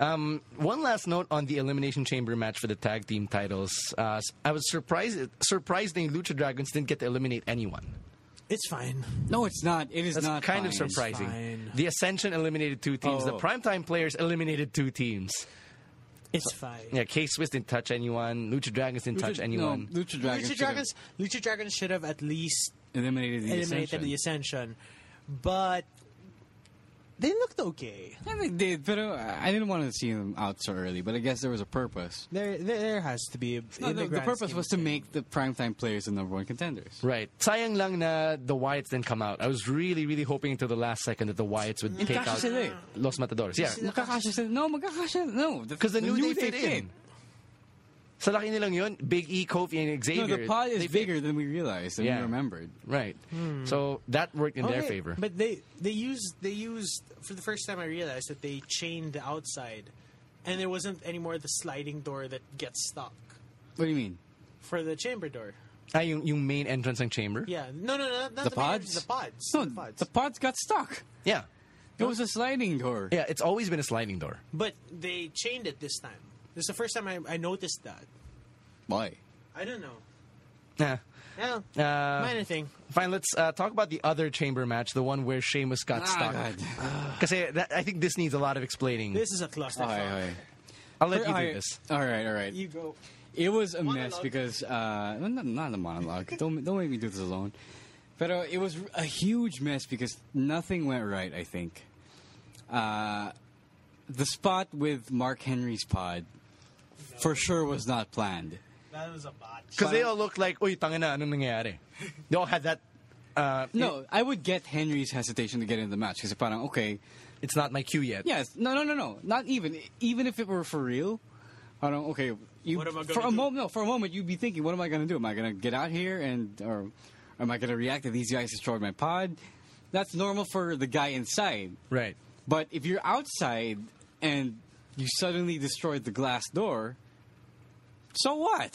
A: Um, one last note on the Elimination Chamber match for the tag team titles. Uh, I was surprised surprised the Lucha Dragons didn't get to eliminate anyone.
B: It's fine.
C: No, it's not. It is
A: That's
C: not.
A: kind of
C: fine.
A: surprising.
B: fine.
A: The Ascension eliminated two teams. The
C: Oh.
A: Primetime Players eliminated two teams.
B: It's fine.
A: Yeah, K Swiss didn't touch anyone. Lucha Dragons didn't touch
C: Lucha-
A: anyone.
C: No, Lucha Dragons.
B: Lucha Dragons, Lucha Dragons should have at least
C: eliminated the
B: eliminated
C: Ascension.
B: the Ascension. But they looked okay.
C: Yeah, they did, but uh, I didn't want to see them out so early. But I guess there was a purpose.
B: There, there, there has to be. A,
C: No,
B: in
C: the, the
B: grand
C: purpose
B: scheme
C: was
B: of
C: to
B: things.
C: make the primetime players the number one contenders.
A: Right. Sayang lang na the Wyatts didn't come out. I was really, really hoping until the last second that the Wyatts would take out
C: Magkakasya sila eh.
A: Los Matadores. Yeah.
C: Magkakasya sila. No, magkakasya. No.
A: Because the, new, Day fit in. Sa laki nilang yun, Big E, Kofi, and
C: No,
A: Xavier.
C: the pod
A: they
C: is
A: fit.
C: bigger than we realized and
A: Yeah.
C: we remembered. Hmm.
A: Right. So that worked in their
B: Okay,
A: favor.
B: But Oh, they they used they used for the first time I realized that they chained the outside, and there wasn't anymore the sliding door that gets stuck
C: What do you mean?
B: for the chamber door.
A: ah, yung, yung main entrance ng chamber?
B: Yeah, no, no, no, not
C: The
B: the, main-
C: pods?
B: the pods,
C: No,
B: the pods.
C: the pods got stuck.
A: Yeah.
C: It was a sliding door.
A: Yeah, it's always been a sliding door.
B: but they chained it this time. This is the first time I, I noticed that.
C: Why?
B: I don't know.
A: Nah.
B: Yeah,
A: Uh,
B: minor thing.
A: Fine, let's uh, talk about the other chamber match, the one where Sheamus got stuck.
C: Ah,
A: Ah,
C: God.
A: Because I think this needs a lot of explaining.
B: This is a cluster.
C: Okay, okay.
A: I'll let you
C: Alright,
A: do this.
C: Alright, alright.
B: You go.
C: It was a mess
B: Monologue.
C: because uh, no, no, not a monologue. don't don't make me do this alone. But uh, it was a huge mess because nothing went right. I think uh, the spot with Mark Henry's pod for sure was not planned.
B: That was a botch.
A: Because they all look like, uy, tangina, anong nangyayari? They all had that, uh,
C: No, I would get Henry's hesitation to get into the match because parang okay,
A: it's not my cue yet.
C: yes, no, no, no, no, not even even if it were for real. I don't. Okay, you
B: What am I gonna
C: for a
B: do?
C: moment. No, for a moment you'd be thinking, what am I going to do? Am I going to get out here and or am I going to react that these guys destroyed my pod? That's normal for the guy inside,
A: Right.
C: but if you're outside and you suddenly destroyed the glass door, so what?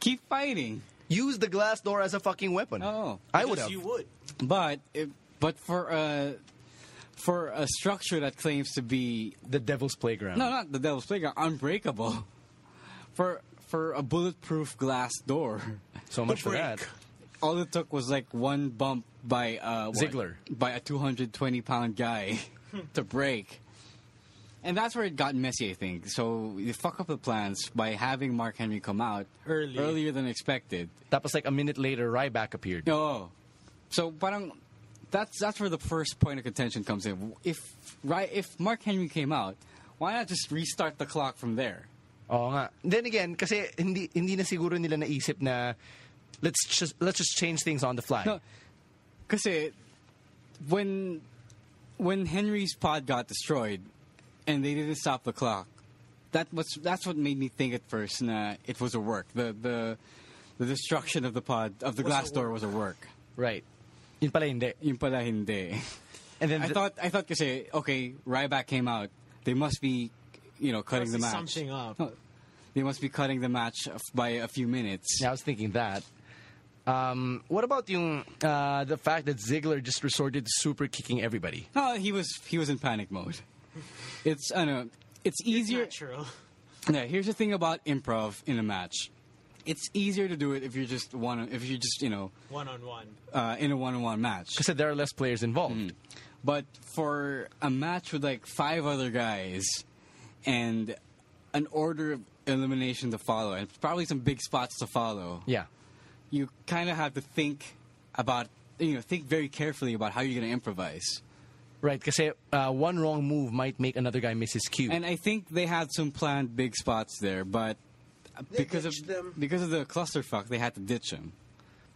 C: Keep fighting.
A: Use the glass door as a fucking weapon.
C: Oh.
A: I would
B: Yes,
A: have.
B: You would.
C: But if, but for a for a structure that claims to be
A: The devil's playground.
C: no, not the Devil's Playground, unbreakable. For for a bulletproof glass door,
A: So much for that.
C: all it took was like one bump by uh, what?
A: Ziggler.
C: by a 220 pound guy to break. And that's where it got messy, I think. So they fuck up the plans by having Mark Henry come out
B: Early.
C: earlier than expected.
A: That was like a minute later, Ryback appeared.
C: No. So parang that's that's where the first point of contention comes in. If right if Mark Henry came out, why not just restart the clock from there?
A: Oo nga. Then again, kasi hindi, hindi na siguro nila naisip na let's just, let's just change things on the fly.
C: No. Kasi when when Henry's pod got destroyed and they didn't stop the clock, that was that's what made me think at first na it was a work. The the the destruction of the pod of the glass door was a work.
A: Right. Yun pala hindi.
C: Yun pala hindi.
A: And then
C: I
A: the-
C: thought I thought kasi okay, Ryback came out. They must be you know cutting
B: Must
C: the
B: be
C: match.
B: something up.
C: No, they must be cutting the match f- by a few minutes.
A: Yeah, I was thinking that. Um, what about yung, uh, the fact that Ziggler just resorted to super kicking everybody?
C: No, Uh, he was he was in panic mode. It's I know it's easier.
B: Natural.
C: Yeah, here's the thing about improv in a match. It's easier to do it if you're just one if you're just you know
B: One on one.
C: uh, in a one-on-one match.
A: Because there are less players involved.
C: Hmm. But for a match with like five other guys and an order of elimination to follow and probably some big spots to follow,
A: Yeah.
C: you kind of have to think about, you know, think very carefully about how you're going to improvise.
A: Right, kasi uh, one wrong move might make another guy miss his cue.
C: And I think they had some planned big spots there, but because of
B: ditched them.
C: because of the clusterfuck, they had to ditch him.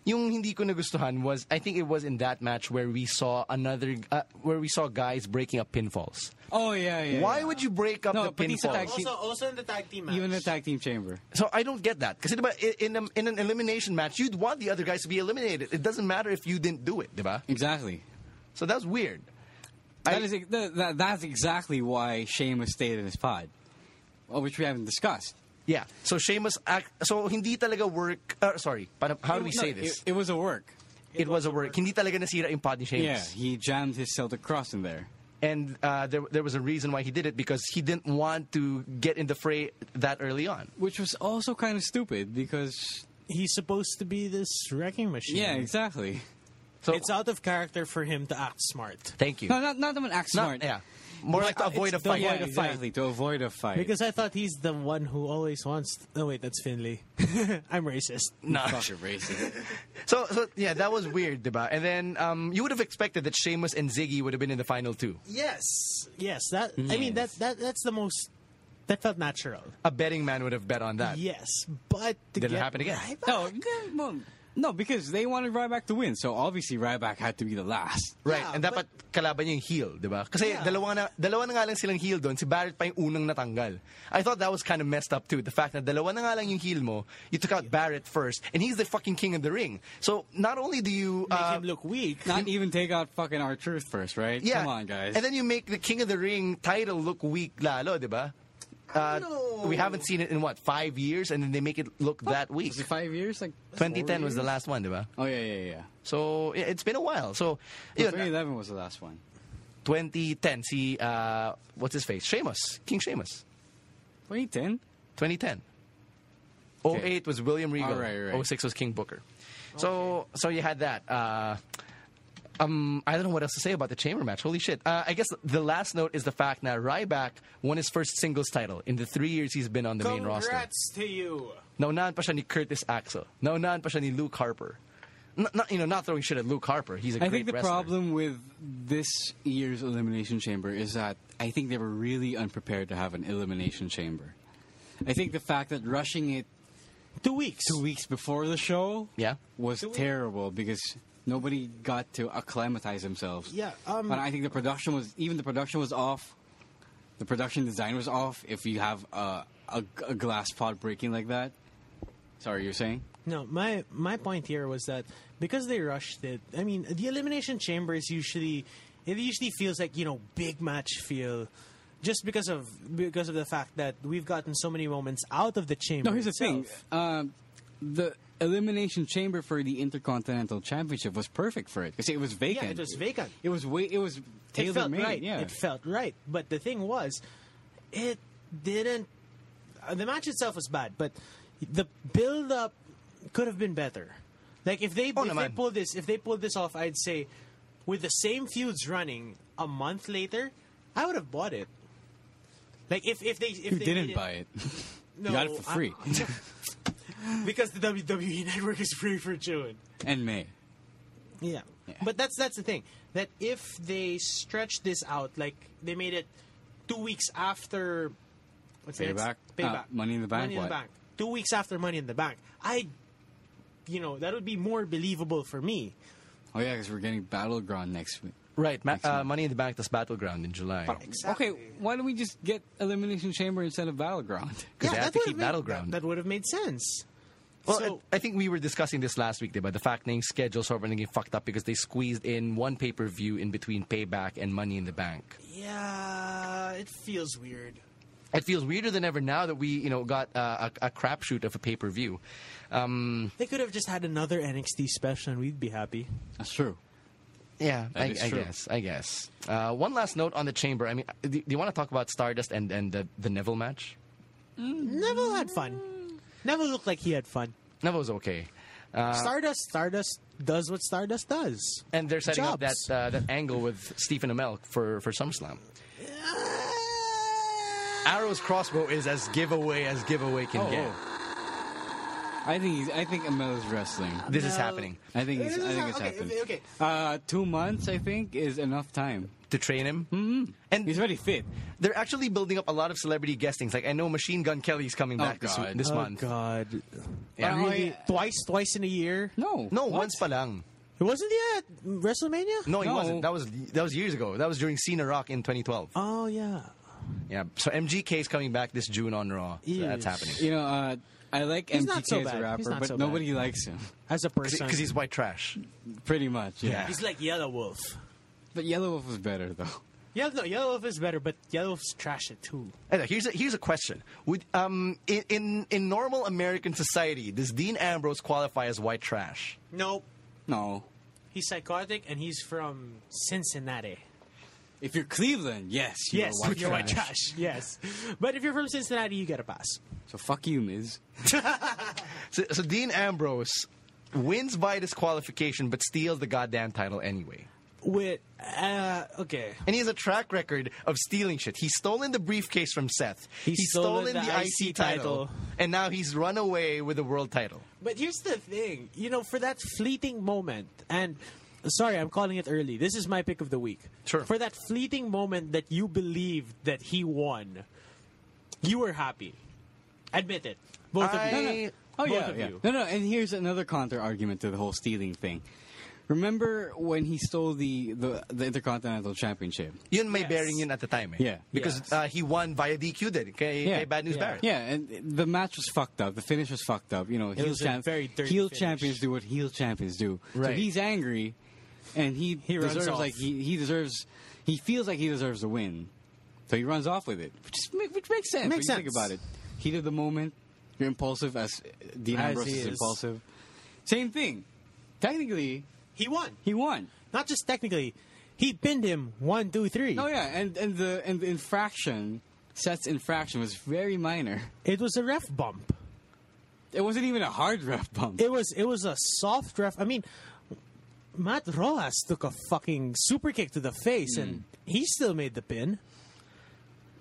A: yung hindi ko nagustuhan was I think it was in that match where we saw another uh, where we saw guys breaking up pinfalls.
C: Oh yeah, yeah.
A: Why
C: yeah.
A: would you break up
C: No,
A: the
C: but these
A: pinfall?
C: attacks-
B: Also, also in the tag team match.
C: even the tag team chamber?
A: So I don't get that. Kasi diba, i- in, a, in an elimination match, you'd want the other guys to be eliminated. It doesn't matter if you didn't do it, diba?
C: Exactly.
A: So that's weird.
C: That is ex- that, that, that's exactly why Sheamus stayed in his pod, well, which we haven't discussed.
A: Yeah. So Sheamus act, so hindi talaga work uh, sorry. Parang, how do we
C: No,
A: say this?
C: It, it was a work.
A: It, was a work. Hindi talaga nasira yung pod ni
C: Yeah,
A: Sheamus.
C: he jammed his Celtic cross in there.
A: And uh, there, there was a reason why he did it because he didn't want to get in the fray that early on.
C: Which was also kind of stupid because.
B: He's supposed to be this wrecking machine.
C: Yeah, exactly.
A: So
B: It's out of character for him to act smart.
A: Thank you.
C: No, not, not the one act
A: Not-
C: smart.
A: yeah. More like to
B: uh,
A: avoid a
B: it's the
A: fight.
B: avoid
C: yeah,
B: a fight.
C: exactly. To avoid a fight.
B: Because I thought he's the one who always wants. Oh wait, that's Finley. I'm racist.
A: Nah.
C: Fuck, you're racist.
A: So, so yeah, that was weird, diba? And then um, you would have expected that Sheamus and Ziggy would have been in the final two.
B: Yes. Yes. That. I mean that. That. That's the most. That felt natural.
A: A betting man would have bet on that.
B: Yes, but to
A: Did it
B: get
A: Uh, happen again?
B: Ryback-
C: No, well, no, because they wanted Ryback to win, so obviously Ryback had to be the last.
A: Right,
B: Yeah,
A: and dapat kalaban niya yung heel, di ba? Kasi
B: Yeah.
A: dalawa, na, dalawa na nga lang silang heel doon, si Barrett pa yung unang natanggal. I thought that was kind of messed up too, the fact na dalawa na nga lang yung heel mo, you took out Barrett first, and he's the fucking king of the ring. So, not only do you...
B: make
A: uh,
B: him look weak.
C: Not even take out fucking our truth first, right?
A: yeah,
C: Come on, guys.
A: And then you make the king of the ring title look weak lalo, di ba? Uh,
B: No.
A: We haven't seen it in, what, five years? And then they make it look that weak.
C: was it five years? Like four
A: 2010 was the
C: years?
A: last one, di ba?
C: Oh yeah, yeah, yeah.
A: So, yeah, it's been a while. So, yun,
C: No, 2011 was the last one.
A: 2010, si, uh, what's his face? Sheamus, King Sheamus.
C: 2010.
A: 2010. 08 was William Regal.
C: All right, right.
A: 06 was King Booker. So so you had that. Uh, um, I don't know what else to say about the chamber match. Holy shit. Uh, I guess the last note is the fact that Ryback won his first singles title in the three years he's been on the main roster.
B: Congrats to you.
A: Naunahan pa siya ni Curtis Axel. Naunahan pa siya ni Luke Harper. N- not, you know, not throwing shit at Luke Harper. He's a
C: I
A: great
C: think the
A: wrestler.
C: problem with this year's elimination chamber is that I think they were really unprepared to have an elimination chamber. I think the fact that rushing it
B: Two weeks.
C: two weeks before the show
A: Yeah.
C: was
B: Two weeks.
C: terrible because nobody got to acclimatize themselves.
B: Yeah, um,
C: but I think the production was even the production was off. The production design was off. If you have a, a, a glass pod breaking like that, sorry, you're saying
B: No, my my point here was that because they rushed it. I mean, the elimination chamber is usually it usually feels like you know big match feel, just because of because of the fact that we've gotten so many moments out of the chamber.
C: no. Here's the thing:
B: itself.
C: um, the elimination chamber for the Intercontinental Championship was perfect for it because it was vacant.
B: Yeah, it was vacant.
C: It was way. It was
B: It
C: tailor
B: felt
C: made.
B: right.
C: Yeah,
B: It felt right. But the thing was, it didn't. uh, The match itself was bad, but the build up could have been better. Like if
C: Oh,
B: they if they
A: naman.
B: pull this if they pulled this off, I'd say with the same feuds running a month later, I would have bought it. Like if if they if
C: you
B: they
C: didn't
B: made
C: buy it.
B: no,
C: you got it for
B: I-
C: free
B: because the WWE network is free for June.
C: and May.
B: Yeah. But that's that's the thing. That if they stretch this out, like they made it two weeks after what's the next-
C: Payback?
B: Payback.
C: Uh, Money in the Bank,
B: Money in the
C: what?
B: bank. Two weeks after Money in the Bank. I you know, that would be more believable for me.
C: Oh yeah, because we're getting Battleground next week.
A: Right. Ma- uh, Money in the Bank, this battleground in July.
B: Exactly.
C: Okay, why don't we just get Elimination Chamber instead of Battleground?
A: Because they had to
B: would've
A: keep
B: made,
A: Battleground.
B: That, would have made sense.
A: Well,
B: so,
A: I I think we were discussing this last week, about the fact that yung schedule sort of naging fucked up because they squeezed in one pay per view in between Payback and Money in the Bank.
B: yeah, it feels weird.
A: It feels weirder than ever now that we, you know, got uh, a, a crapshoot of a pay per view. Um,
B: They could have just had another NXT special and we'd be happy.
C: That's true.
A: yeah,
C: That
A: I,
C: is
A: I
C: true.
A: guess. I guess. Uh, one last note on the chamber. I mean, uh, do, do you want to talk about Stardust and and the, the Neville match?
B: Neville had fun. Neville looked like he had fun.
A: Neville's okay.
B: Stardust, Stardust does what Stardust does.
A: Uh, And they're setting up that
B: Jobs.
A: uh, that angle with Stephen Amell for for SummerSlam. Arrow's crossbow is as giveaway as giveaway
C: Oh.
A: can get.
C: I think he's, I think Amel is wrestling.
A: This is happening
C: I think it's, I think it's
B: Okay,
C: happened.
B: okay.
C: Uh, two months I think is enough time.
A: to train him. Mm-hmm. And
C: He's already fit.
A: they're actually building up a lot of celebrity guestings. Like I know Machine Gun Kelly's coming back this,
C: God.
A: this
B: oh
A: month.
B: God!
C: Yeah.
B: Really?
C: Oh, yeah.
B: Twice, twice in a year?
C: No,
A: No,
C: what?
A: once pa lang.
B: It wasn't yet WrestleMania.
A: No, he
C: No.
A: wasn't. That was that was years ago. That was during Cena Rock in 2012.
B: Oh yeah.
A: Yeah. So MGK is coming back this June on Raw. So that's
B: Yes.
A: happening.
C: You know, uh, I like
B: He's
C: MTK
B: not
C: as
B: so
C: a
B: bad. He's
C: rapper,
B: not
C: but
B: so bad.
C: nobody likes him.
B: As a person,
A: Because he's white trash.
C: Pretty much. Yeah.
A: Yeah.
B: He's like Yellow Wolf.
C: But Yellow Wolf was better though.
B: Yeah, no, Yellow Wolf is better, but Yellow Wolf's trash it too.
A: I know, Here's a, here's a question. Would um in, in in normal American society does Dean Ambrose qualify as white trash?
B: Nope.
C: No.
B: He's psychotic and he's from Cincinnati.
C: If you're Cleveland, yes, you
B: yes,
C: are white
B: you're
C: trash.
B: white trash. Yes, but if you're from Cincinnati, you get a pass.
C: So fuck you, Miz.
A: So, so Dean Ambrose wins by disqualification but steals the goddamn title anyway.
B: With uh, okay,
A: And he has a track record of stealing shit. He's stolen the briefcase from Seth.
B: He's stolen the
A: IC,
B: IC
A: title,
B: title.
A: And now he's run away with the world title.
B: But here's the thing, you know, for that fleeting moment, and sorry, I'm calling it early. This is my pick of the week.
A: Sure.
B: For that fleeting moment that you believed that he won, you were happy. Admit it, both
A: I-
B: of
A: No,
B: you.
A: no.
C: Oh
B: Both
C: yeah,
B: of
C: yeah.
B: you.
C: No, no. And here's another counter argument to the whole stealing thing. Remember when he stole the the, the Intercontinental Championship?
A: Yun may
B: Yes.
A: bearing yun at the time. eh?
C: Yeah.
A: Because
B: Yes.
A: uh, he won via DQ then. Kay,
C: Yeah.
A: kay Bad News
B: Yeah.
A: Barrett.
C: Yeah, and the match was fucked up. The finish was fucked up. You know, heel,
B: was a very dirty
C: heel
B: finish.
C: champions do what heel champions do. So
A: Right.
C: he's angry, and he,
B: He runs
C: deserves
B: off.
C: like he, he deserves. He feels like he deserves a win, so he runs off with it, which, is, ma- which makes sense.
B: Makes
C: when you Think
B: sense.
C: about it. Heat of the moment. You're impulsive, as uh, Dean
B: As
C: Ambrose
B: he
C: is
B: is.
C: impulsive. Same thing. Technically,
B: He won.
C: he won.
B: Not just technically, he pinned him one, two, three.
C: Oh yeah, and and the and the infraction, Seth's infraction was very minor.
B: It was a ref bump.
C: It wasn't even a hard ref bump.
B: It was it was a soft ref. I mean, Matt Rojas took a fucking super kick to the face, and he still made the pin.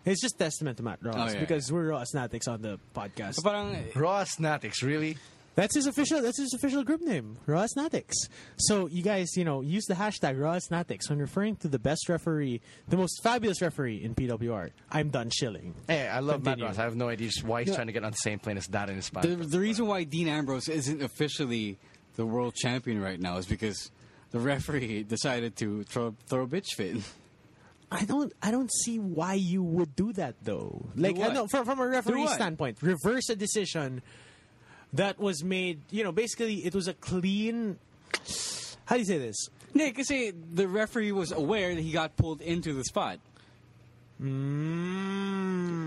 B: It's just testament to Matt Rojas
C: yeah,
B: because we're Rojas Natics on the podcast.
C: Parang,
A: Raw Snatics, really?
B: That's his official. That's his official group name, Rojas Natics. So you guys, you know, use the hashtag Rojas Natics when referring to the best referee, the most fabulous referee in PWR. I'm done chilling.
A: Hey, I love Matt
B: Continue.
A: Ross. I have no idea just why he's trying to get on the same plane as that in his spot.
C: the, the reason why Dean Ambrose isn't officially the world champion right now is because the referee decided to throw, throw a bitch fit.
B: I don't I don't see why you would do that though. Like I
C: what?
B: know from from a referee
C: what?
B: standpoint, reverse a decision that was made, you know, basically it was a clean how do you say this?
C: No, because the referee was aware that he got pulled into the spot.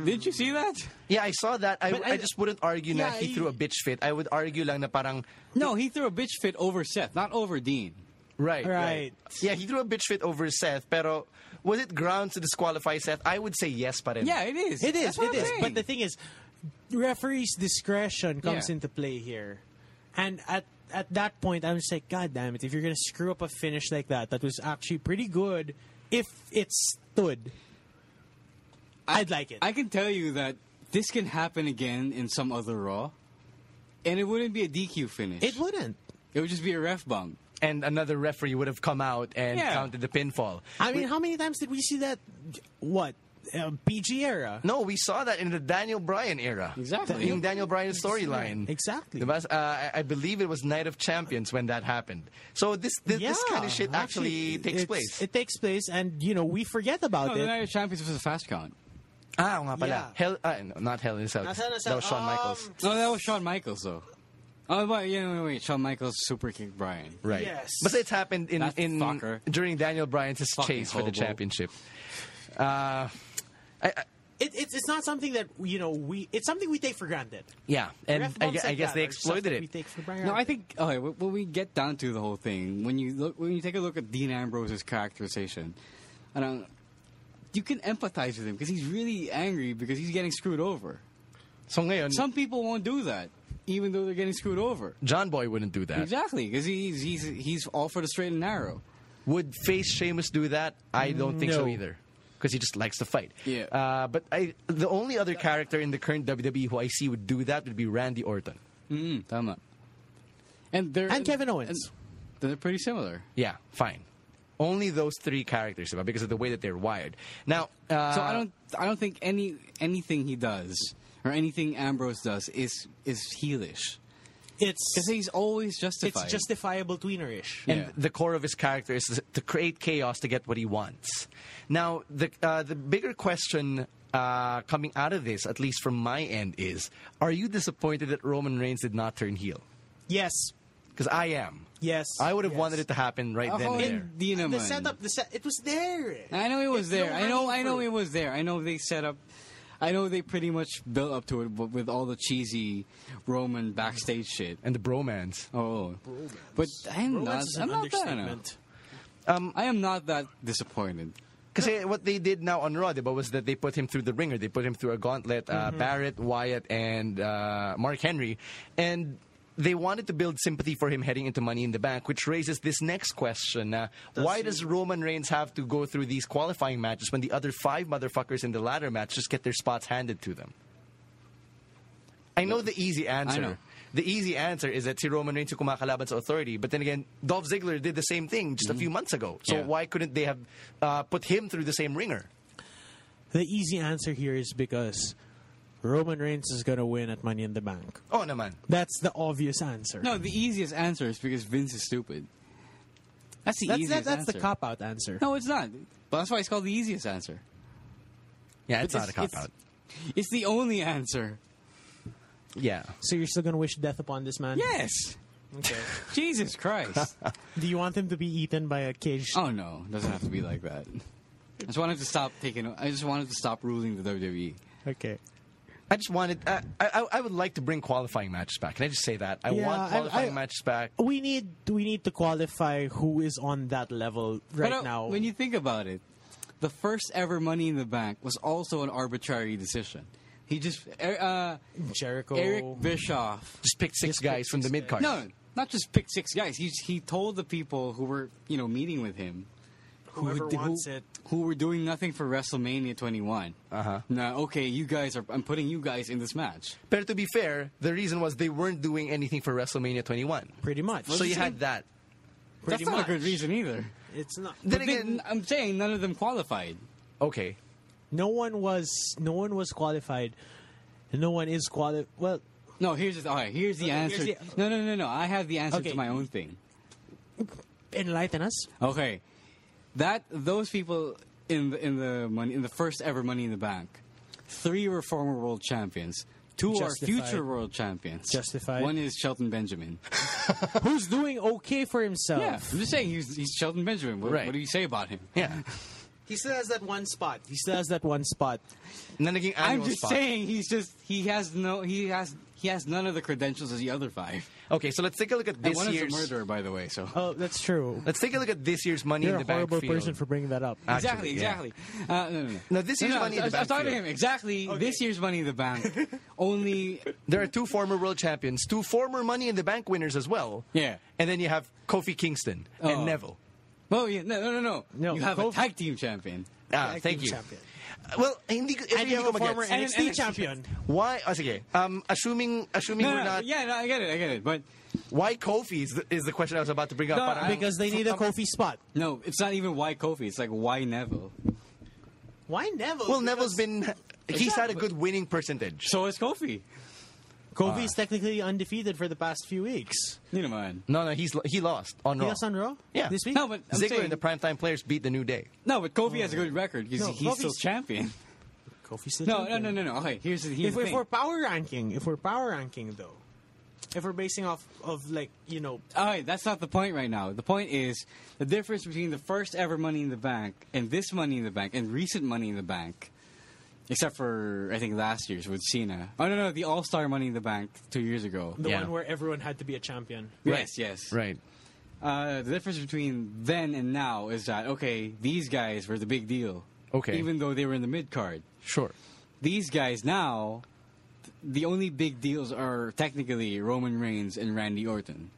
C: Did you see that?
A: yeah, I saw that. I,
B: But
A: I,
B: I-
A: just wouldn't argue na
B: Yeah,
A: he
B: he-
A: threw a bitch fit. I would argue lang na parang...
C: No, he threw a bitch fit over Seth, not over Dean.
A: Right,
B: Right.
A: Yeah, he threw a bitch fit over Seth, pero was it grounds to disqualify Seth? I would say yes, but
C: Yeah, it is.
B: It
C: That's
B: is,
C: what
B: it
C: I'm
B: is.
C: saying.
B: But the thing is referee's discretion comes
C: Yeah.
B: into play here. And at at that point I'm just like, God damn it, if you're gonna screw up a finish like that, that was actually pretty good if it stood. I'd like it.
C: I can tell you that this can happen again in some other Raw, and it wouldn't be a DQ finish.
B: it wouldn't.
C: It would just be a ref bump.
A: and another referee would have come out and
C: Yeah.
A: counted the pinfall.
B: I mean, how many times did we see that? What uh, PG era?
A: No, we saw that in the Daniel Bryan era.
C: Exactly.
A: In Daniel Bryan's storyline.
B: Exactly.
A: Diba? Uh, I- I believe it was Night of Champions when that happened. So this this, this kind of shit actually, takes
B: it's-
A: place.
B: It takes place, and you know we forget
C: No,
B: about
C: the
B: it.
C: United Champions was a fast count.
A: ah, nga pala.
B: Yeah.
A: Hell, ah, no, not Hell in a Cell.
B: Not Hell in a
A: That was
B: Cell.
A: Shawn Michaels.
B: Um,
C: No, that was Shawn Michaels though. Oh, wait, yeah, wait, wait. Shawn Michaels super kicked Brian.
A: Right.
B: Yes.
A: But it's happened in,
C: That
A: in
C: fucker.
A: during Daniel Bryan's
C: Fucking
A: chase for the
C: hobo.
A: championship. Uh,
B: It, it's it's not something that you know we. It's something we take for granted.
A: yeah, and
B: Ref
A: I,
B: bumps
A: gue- I
B: like
A: guess
B: that
A: they
B: are
A: exploited
B: stuff that We
A: it.
B: take for granted.
C: No, I think okay. wh- When we get down to the whole thing, when you look, when you take a look at Dean Ambrose's characterization, I don't. You can empathize with him because he's really angry because he's getting screwed over.
A: So ngayon,
C: Some people won't do that, even though they're getting screwed over.
A: John Boy wouldn't do that.
C: Exactly, because he's he's he's all for the straight and narrow.
A: Would face Sheamus do that? I don't think so
B: Mm, No.
A: either. Because he just likes to fight.
C: Yeah.
A: Uh, but I, the only other character in the current WWE who I see would do that would be Randy Orton.
C: Mm, tama. And they're
B: And Kevin Owens.
C: and they're pretty similar.
A: Yeah, fine. Only those three characters, diba? because of the way that they're wired. Now, uh,
C: So I don't I don't think any anything he does or anything Ambrose does is is heelish
B: it's
C: because he's always justified.
B: it's justifiable tweenerish.
A: And
C: Yeah.
A: the core of his character is to create chaos to get what he wants. Now, the uh, the bigger question uh, coming out of this, at least from my end, is: Are you disappointed that Roman Reigns did not turn heel?
B: Yes,
A: Because I am.
B: yes.
A: I would have
B: yes.
A: wanted it to happen right then
C: Ako
A: and there.
C: hindi
B: The
C: naman.
B: setup, the set, it was there. eh.
C: I know it was
B: It's
C: there.
B: no
C: I know
B: running
C: I know
B: through.
C: it was there. I know they set up. I know they pretty much built up to it w- with all the cheesy Roman backstage shit.
A: And the bromance.
C: Oh, but I'm
B: Romance
C: not.
B: is
C: I'm
B: an
C: not that. ano.
B: understatement.
C: I am not that disappointed.
A: Because what they did now on Raw diba, was that they put him through the ringer. They put him through a gauntlet. Uh, Barrett, Wyatt, and uh, Mark Henry. And they wanted to build sympathy for him heading into Money in the Bank, which raises this next question: uh, Why does Roman Reigns have to go through these qualifying matches when the other five motherfuckers in the ladder match just get their spots handed to them? I know the easy answer.
C: know.
A: The easy answer is that si Roman Reigns yung kumakalaban sa authority. But then again, Dolph Ziggler did the same thing just a few months ago. So
C: Yeah.
A: why couldn't they have uh, put him through the same ringer?
B: The easy answer here is because Roman Reigns is going to win at Money in the Bank.
A: Oh, naman.
B: That's the obvious answer.
C: No, the easiest answer is because Vince is stupid. That's the
B: that's
C: easiest
B: that, that's
C: answer.
B: the cop out answer.
C: No, it's not. But that's why it's called the easiest answer.
A: Yeah, it's, not a
C: It's-
A: cop
C: it's-
A: out.
C: It's the only answer.
A: Yeah.
B: So you're still going to wish death upon this man?
C: Yes.
B: Okay.
C: Jesus Christ.
B: Do you want him to be eaten by a cage?
C: oh no, doesn't have to be like that. I just wanted to stop taking. I just wanted to stop ruling the E. WWE.
B: Okay.
A: I just wanted. I, I I would like to bring qualifying matches back. Can I just say that? I
B: Yeah, I-
A: want qualifying
B: I-
A: matches back.
B: We need we need to qualify who is on that level right
C: But, uh,
B: now.
C: when you think about it, the first ever Money in the Bank was also an arbitrary decision. He just er, uh,
B: Jericho,
C: Eric Bischoff.
A: Just pick six
B: Just pick
A: guys from the
B: six
A: mid card.
C: No, not just picked six guys. He he told the people who were you know meeting with him, who
B: Whoever
C: were, d-
B: wants
C: who,
B: it.
C: who were doing nothing for WrestleMania 21. Uh
A: Uh-huh.
C: huh. Now, okay, you guys are. I'm putting you guys in this match.
A: But to be fair, the reason was they weren't doing anything for WrestleMania 21.
B: pretty much.
A: So you had that.
B: pretty
C: That's not
B: much.
C: a good reason either.
B: It's not.
A: Then
C: But they-
A: again-
C: I'm saying none of them qualified.
A: Okay.
B: No one was no one was qualified. No one is qualified. Well,
C: No, here's the, all right. Here's the
B: Okay,
C: answer.
B: here's the-
C: no, no, no, no. I have the answer
B: Okay.
C: to my own thing.
B: enlighten us.
C: Okay, that those people in the in the money in the first ever Money in the Bank, three were former world champions. Two
B: Justified.
C: are future world champions.
B: Justified.
C: One is Shelton Benjamin.
B: Who's doing okay for himself?
C: yeah, I'm just saying he's, he's Shelton Benjamin. What,
A: Oh. Right.
C: what do you say about him?
A: Yeah.
B: He still has that one spot. He still has that one spot.
A: And then again,
C: I'm
A: annual
C: just
A: spot.
C: saying he's just he has no he has he has none of the credentials as the other five.
A: Okay, so let's take a look at
C: And
A: this
C: one is a
A: year's.
C: murderer, by the way. So
B: Oh, that's true.
A: Let's take a look at this year's Money
B: You're
A: in the
B: a
A: Bank
B: horrible
A: field.
B: person for bringing that up.
A: Actually,
C: Exactly,
A: yeah.
C: exactly. Uh, no, no, no.
A: No, this year's Money in
C: I,
A: the Bank
C: I was talking to
A: field.
C: him. Exactly. This year's Money in the Bank. only.
A: There are two former world champions, two former Money in the Bank winners as well.
C: Yeah.
A: And then you have Kofi Kingston
C: Oh.
A: and Neville.
C: Oh yeah, no, no, no, no.
B: No,
C: you have
B: Kofi-
C: a tag team champion.
A: Ah,
B: Tag
A: thank
B: team
A: you.
B: champion.
A: Uh, Well, hindi, ko-
B: And
A: hindi
B: you
A: ko
B: have a former
A: magets.
C: And an
B: NXT,
C: NXT
B: champion.
A: Why? Oh, sige. Um, assuming assuming
C: No,
A: we're
C: no,
A: not.
C: yeah, no, I get it, I get it. But
A: Why Kofi is the, is the question I was about to bring up? but I-
B: because they need a Kofi spot.
C: no, it's not even why Kofi. It's like why Neville.
B: Why Neville?
A: well, Neville's been he's had a good winning percentage.
C: So is Kofi.
B: Kofi is technically undefeated for the past few weeks.
C: You know, man.
A: No, no, he's he lost on Raw.
B: Yes, on Raw.
A: Yeah.
B: this week.
C: No, but I'm
A: Ziggler
C: saying,
A: and the primetime players beat the New Day.
C: no, but Kofi has a good record because
B: No,
C: he's still
B: Kofi's-
C: champion.
B: Kofi's still
C: No, no,
B: champion.
C: no, no, no. Okay, here's the, here's
B: If,
C: the
B: if
C: thing.
B: we're power ranking, if we're power ranking though, if we're basing off of like you know,
C: All right, that's not the point right now. The point is the difference between the first ever Money in the Bank and this Money in the Bank and recent Money in the Bank, except for I think last year's with Cena. Oh no, no, the All Star Money in the Bank two years ago.
B: the
A: Yeah.
B: one where everyone had to be a champion.
C: Yes, yes.
A: Right.
C: Uh, the difference between then and now is that okay, these guys were the big deal.
A: Okay.
C: Even though they were in the mid card,
A: Sure.
C: these guys now, th- the only big deals are technically Roman Reigns and Randy Orton.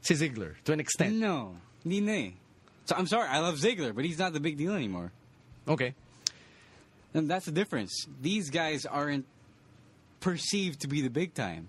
A: Si Ziggler to an extent.
C: No, hindi na eh. So I'm sorry, I love Ziggler, but he's not the big deal anymore.
A: Okay.
C: And that's the difference. These guys aren't perceived to be the big time.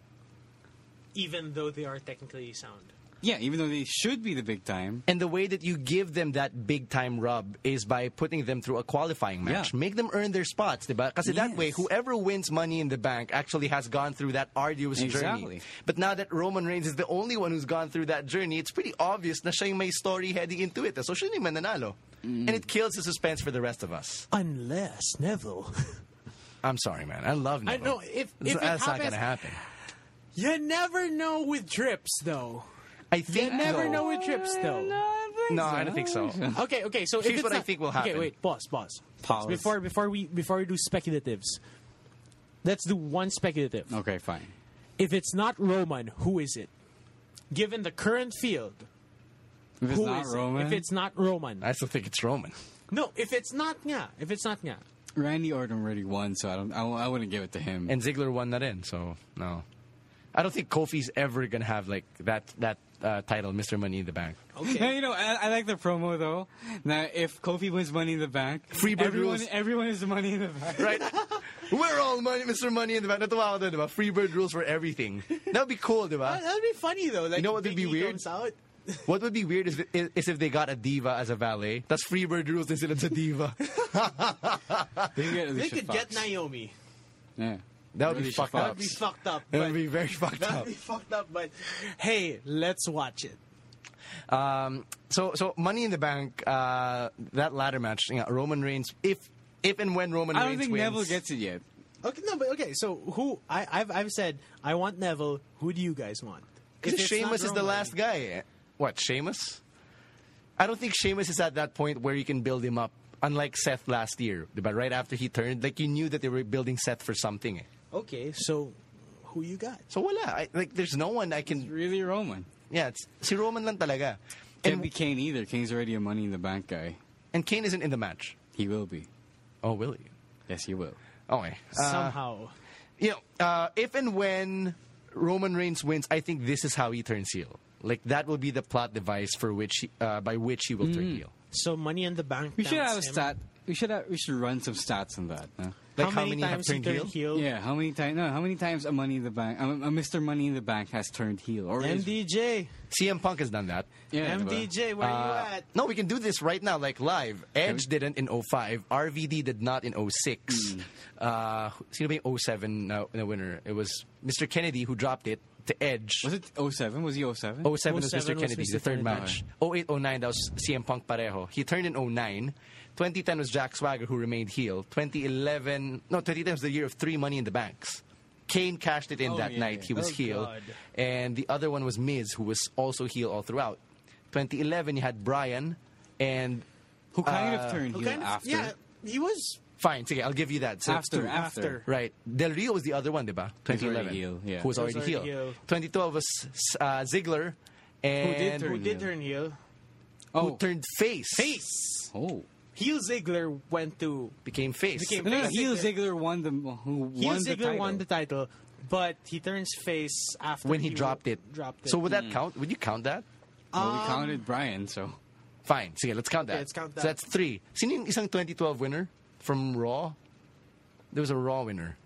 B: Even though they are technically sound.
C: Yeah, even though they should be the big time.
A: And the way that you give them that big time rub is by putting them through a qualifying match.
C: Yeah.
A: Make them earn their spots, diba? Because that way,
C: Yes.
A: whoever wins Money in the Bank actually has gone through that arduous journey.
C: Exactly.
A: But now that Roman Reigns is the only one who's gone through that journey, it's pretty obvious na siya yung may story heading into it. So siya yung may nanalo.
B: Mm.
A: And it kills the suspense for the rest of us.
B: Unless Neville,
A: I'm sorry, man. I love
B: I
A: Neville.
B: know if if it
A: That's not
B: happens,
A: going to happen.
B: you never know with trips though.
A: I think
B: You never
A: though-
B: know with trips though.
A: No, I don't think so.
B: Okay, okay. So if
A: Here's
B: it's
A: what I
B: not-
A: think will
B: Okay,
A: happen.
B: wait, pause, pause,
C: Pause.
B: Before before we before we do speculatives, let's do one speculative.
C: Okay, fine.
B: If it's not Roman, who is it? Given the current field,
C: If it's
B: who is
C: not Roman,
B: it? If it's not Roman,
A: I still think it's Roman.
B: no. If it's not nga, if it's not nga,
C: Randy Orton already won, so I don't. I, I wouldn't give it to him.
A: And Ziggler won that in, so no. I don't think Kofi's ever gonna have like that that uh, title, Mr. Money in the Bank.
C: Yeah, you know, I, I like the promo though. Now, if Kofi wins Money in the Bank,
A: Free bird
C: everyone,
A: rules.
C: everyone is Money in the Bank.
A: Right? We're all money, Mr. Money in the Bank. Natuwa ako dun, diba? Free bird rules for everything. That would be cool, diba?
B: That- That'd be funny though. Like,
A: know what would
B: Big
A: be
B: E
A: weird?
B: Comes out.
A: What would be weird is, is if they got a diva as a valet. That's free bird rules instead of a diva.
C: They can get
B: They
C: Alicia
B: could get
C: Fox.
B: Naomi.
C: Yeah.
A: That would be
C: Alicia
A: fucked
C: Fox.
A: up.
B: That'd be fucked up.
A: That
B: but-
A: would be very fucked
B: That'd
A: up.
B: be fucked up. But hey, let's watch it.
A: Um, so, so Money in the Bank, uh, that ladder match, you know, Roman Reigns, if if and when Roman
C: I
A: Reigns
C: don't think
A: wins.
C: Neville gets it yet.
B: Okay, no, but okay. So who I, I've I've said I want Neville. Who do you guys want?
A: Because
B: If it's not
A: Sheamus is the
B: Roman.
A: last guy. What, Sheamus? I don't think Sheamus is at that point where you can build him up, unlike Seth last year. But right after he turned, like you knew that they were building Seth for something. eh.
B: Okay, so who you got?
A: So wala. I, like there's no one I can...
C: Really, Roman.
A: Yeah, it's, si Roman lang talaga.
C: Can't
A: And,
C: be Kane either. Kane's already a Money in the Bank guy.
A: and Kane isn't in the match.
C: He will be.
A: Oh, will he?
C: Yes, he will.
A: Okay. Uh,
B: Somehow.
A: you know, uh, if and when Roman Reigns wins, I think this is how he turns heel. Like that will be the plot device for which he, uh, by which he will
B: Mm.
A: turn heel.
B: So money in the bank.
C: We should
B: downs
C: have a
B: him.
C: stat. We should have, we should run some stats on that. Huh?
A: Like
B: how, many, times
A: have
B: he turned heel?
C: Yeah, how many times? No, how many times a Money in the Bank, a, a Mr. Money in the Bank has turned heel or is-
B: MDJ,
A: CM Punk has done that.
C: Yeah,
B: MDJ, where
A: Uh,
B: you at?
A: no, we can do this right now, like live. Edge didn't in 05. RVD did not in 06.
C: Hmm.
A: Uh, sino ba yung 07 na, na winner? It was Mr. Kennedy who dropped it to Edge.
C: Was it 07? Was he 07?
A: 07 was
B: 07
A: Mr.
B: was
A: Kennedy,
B: Mr.
A: the third
B: Kennedy.
A: match. 08, 09, that was CM Punk parejo. He turned in 09. 2010 was Jack Swagger, who remained heel. 2011, no, 2010 was the year of three Money in the Banks. Kane cashed it in
C: Oh,
A: that
C: yeah,
A: night.
C: yeah.
A: He was
B: Oh,
A: heel.
B: God.
A: And the other one was Miz, who was also heel all throughout. 2011, you had Brian and.
C: Who kind
A: Uh,
C: of turned
B: Who
C: heel
B: kind of-
C: after?
B: yeah, he was
A: Fine, sige, I'll give you that. So it's
C: after,
A: two.
C: after.
B: after.
A: Right. Del Rio was the other one, diba?
C: Who's
A: 2011.
C: already heel, yeah.
A: Who was
C: Who's
A: already,
B: already
A: heel.
B: heel.
A: 2012 was uh, Ziggler. And
C: did
B: who
C: Turn
B: did
C: heel.
B: turn heel.
C: Oh.
A: who turned face.
B: Face.
C: oh.
B: Heel Ziggler went to
A: Became face.
B: Became-
C: No, no,
B: Face
C: heel Ziggler
B: Ziggler.
C: won the who
B: Heel
C: won the
B: Ziggler
C: title.
B: won the title, but he turns face after
A: when he, dropped it.
B: Dropped it.
A: So would that count? Would you count that?
C: well,
B: Um,
C: we counted Brian, so
A: Fine. Sige, let's count that.
B: Okay, let's count
A: So
B: that.
A: that's three. Sino yung isang 2012 winner from Raw? There was a Raw winner.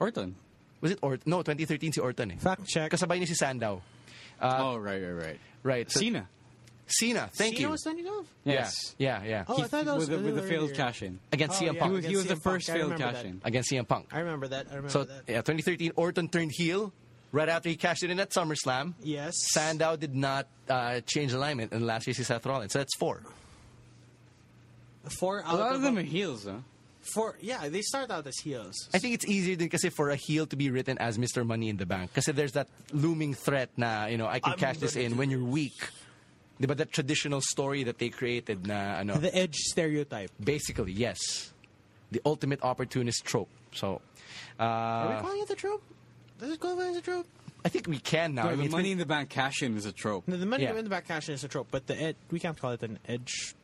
C: Orton.
A: Was it Orton? No, 2013 si Orton eh.
B: Fact check.
A: Kasabay niya si Sandow.
B: Uh,
C: oh right, right, right.
A: Right. so-
C: Cena.
A: Cena. Thank
B: Cena
A: you.
B: was turning off.
A: yeah.
C: Yes.
A: yeah, yeah.
B: Oh, I thought that was
C: with the, with the failed
B: earlier.
C: cash in.
A: Against
B: Oh,
A: CM
B: yeah.
A: Punk.
C: He was, he was
B: Against
C: the
B: CM Punk,
C: first
B: I
C: failed
B: remember
C: cash in.
A: Against CM Punk.
B: I remember that. I remember
A: So
B: that.
A: yeah, 2013 Orton turned heel right after he cashed it in at SummerSlam.
B: Yes.
A: Sandow did not uh, change alignment and last year see Seth Rollins. So that's four.
B: Four out
C: A lot of them are
B: a-
C: heels, huh?
B: Four. Yeah, they start out as heels.
A: I think it's easier than kasi for a heel to be written as Mr. Money in the Bank. Kasi there's that looming threat na, you know, I can
B: I'm
A: cash this
B: gonna
A: in
B: do
A: when you're weak. But that traditional story that they created na, ano,
B: the edge stereotype.
A: basically, yes. The ultimate opportunist trope. So,
B: Are we
A: uh,
B: calling it the trope? Does it go as a trope?
A: I think we can now. I
C: No,
A: mean,
C: the
A: it's
C: money
A: been-
C: in the bank cash in is a trope.
B: No, the money
A: Yeah.
B: in the back cash is a trope, but the ed- we can't call it an edge.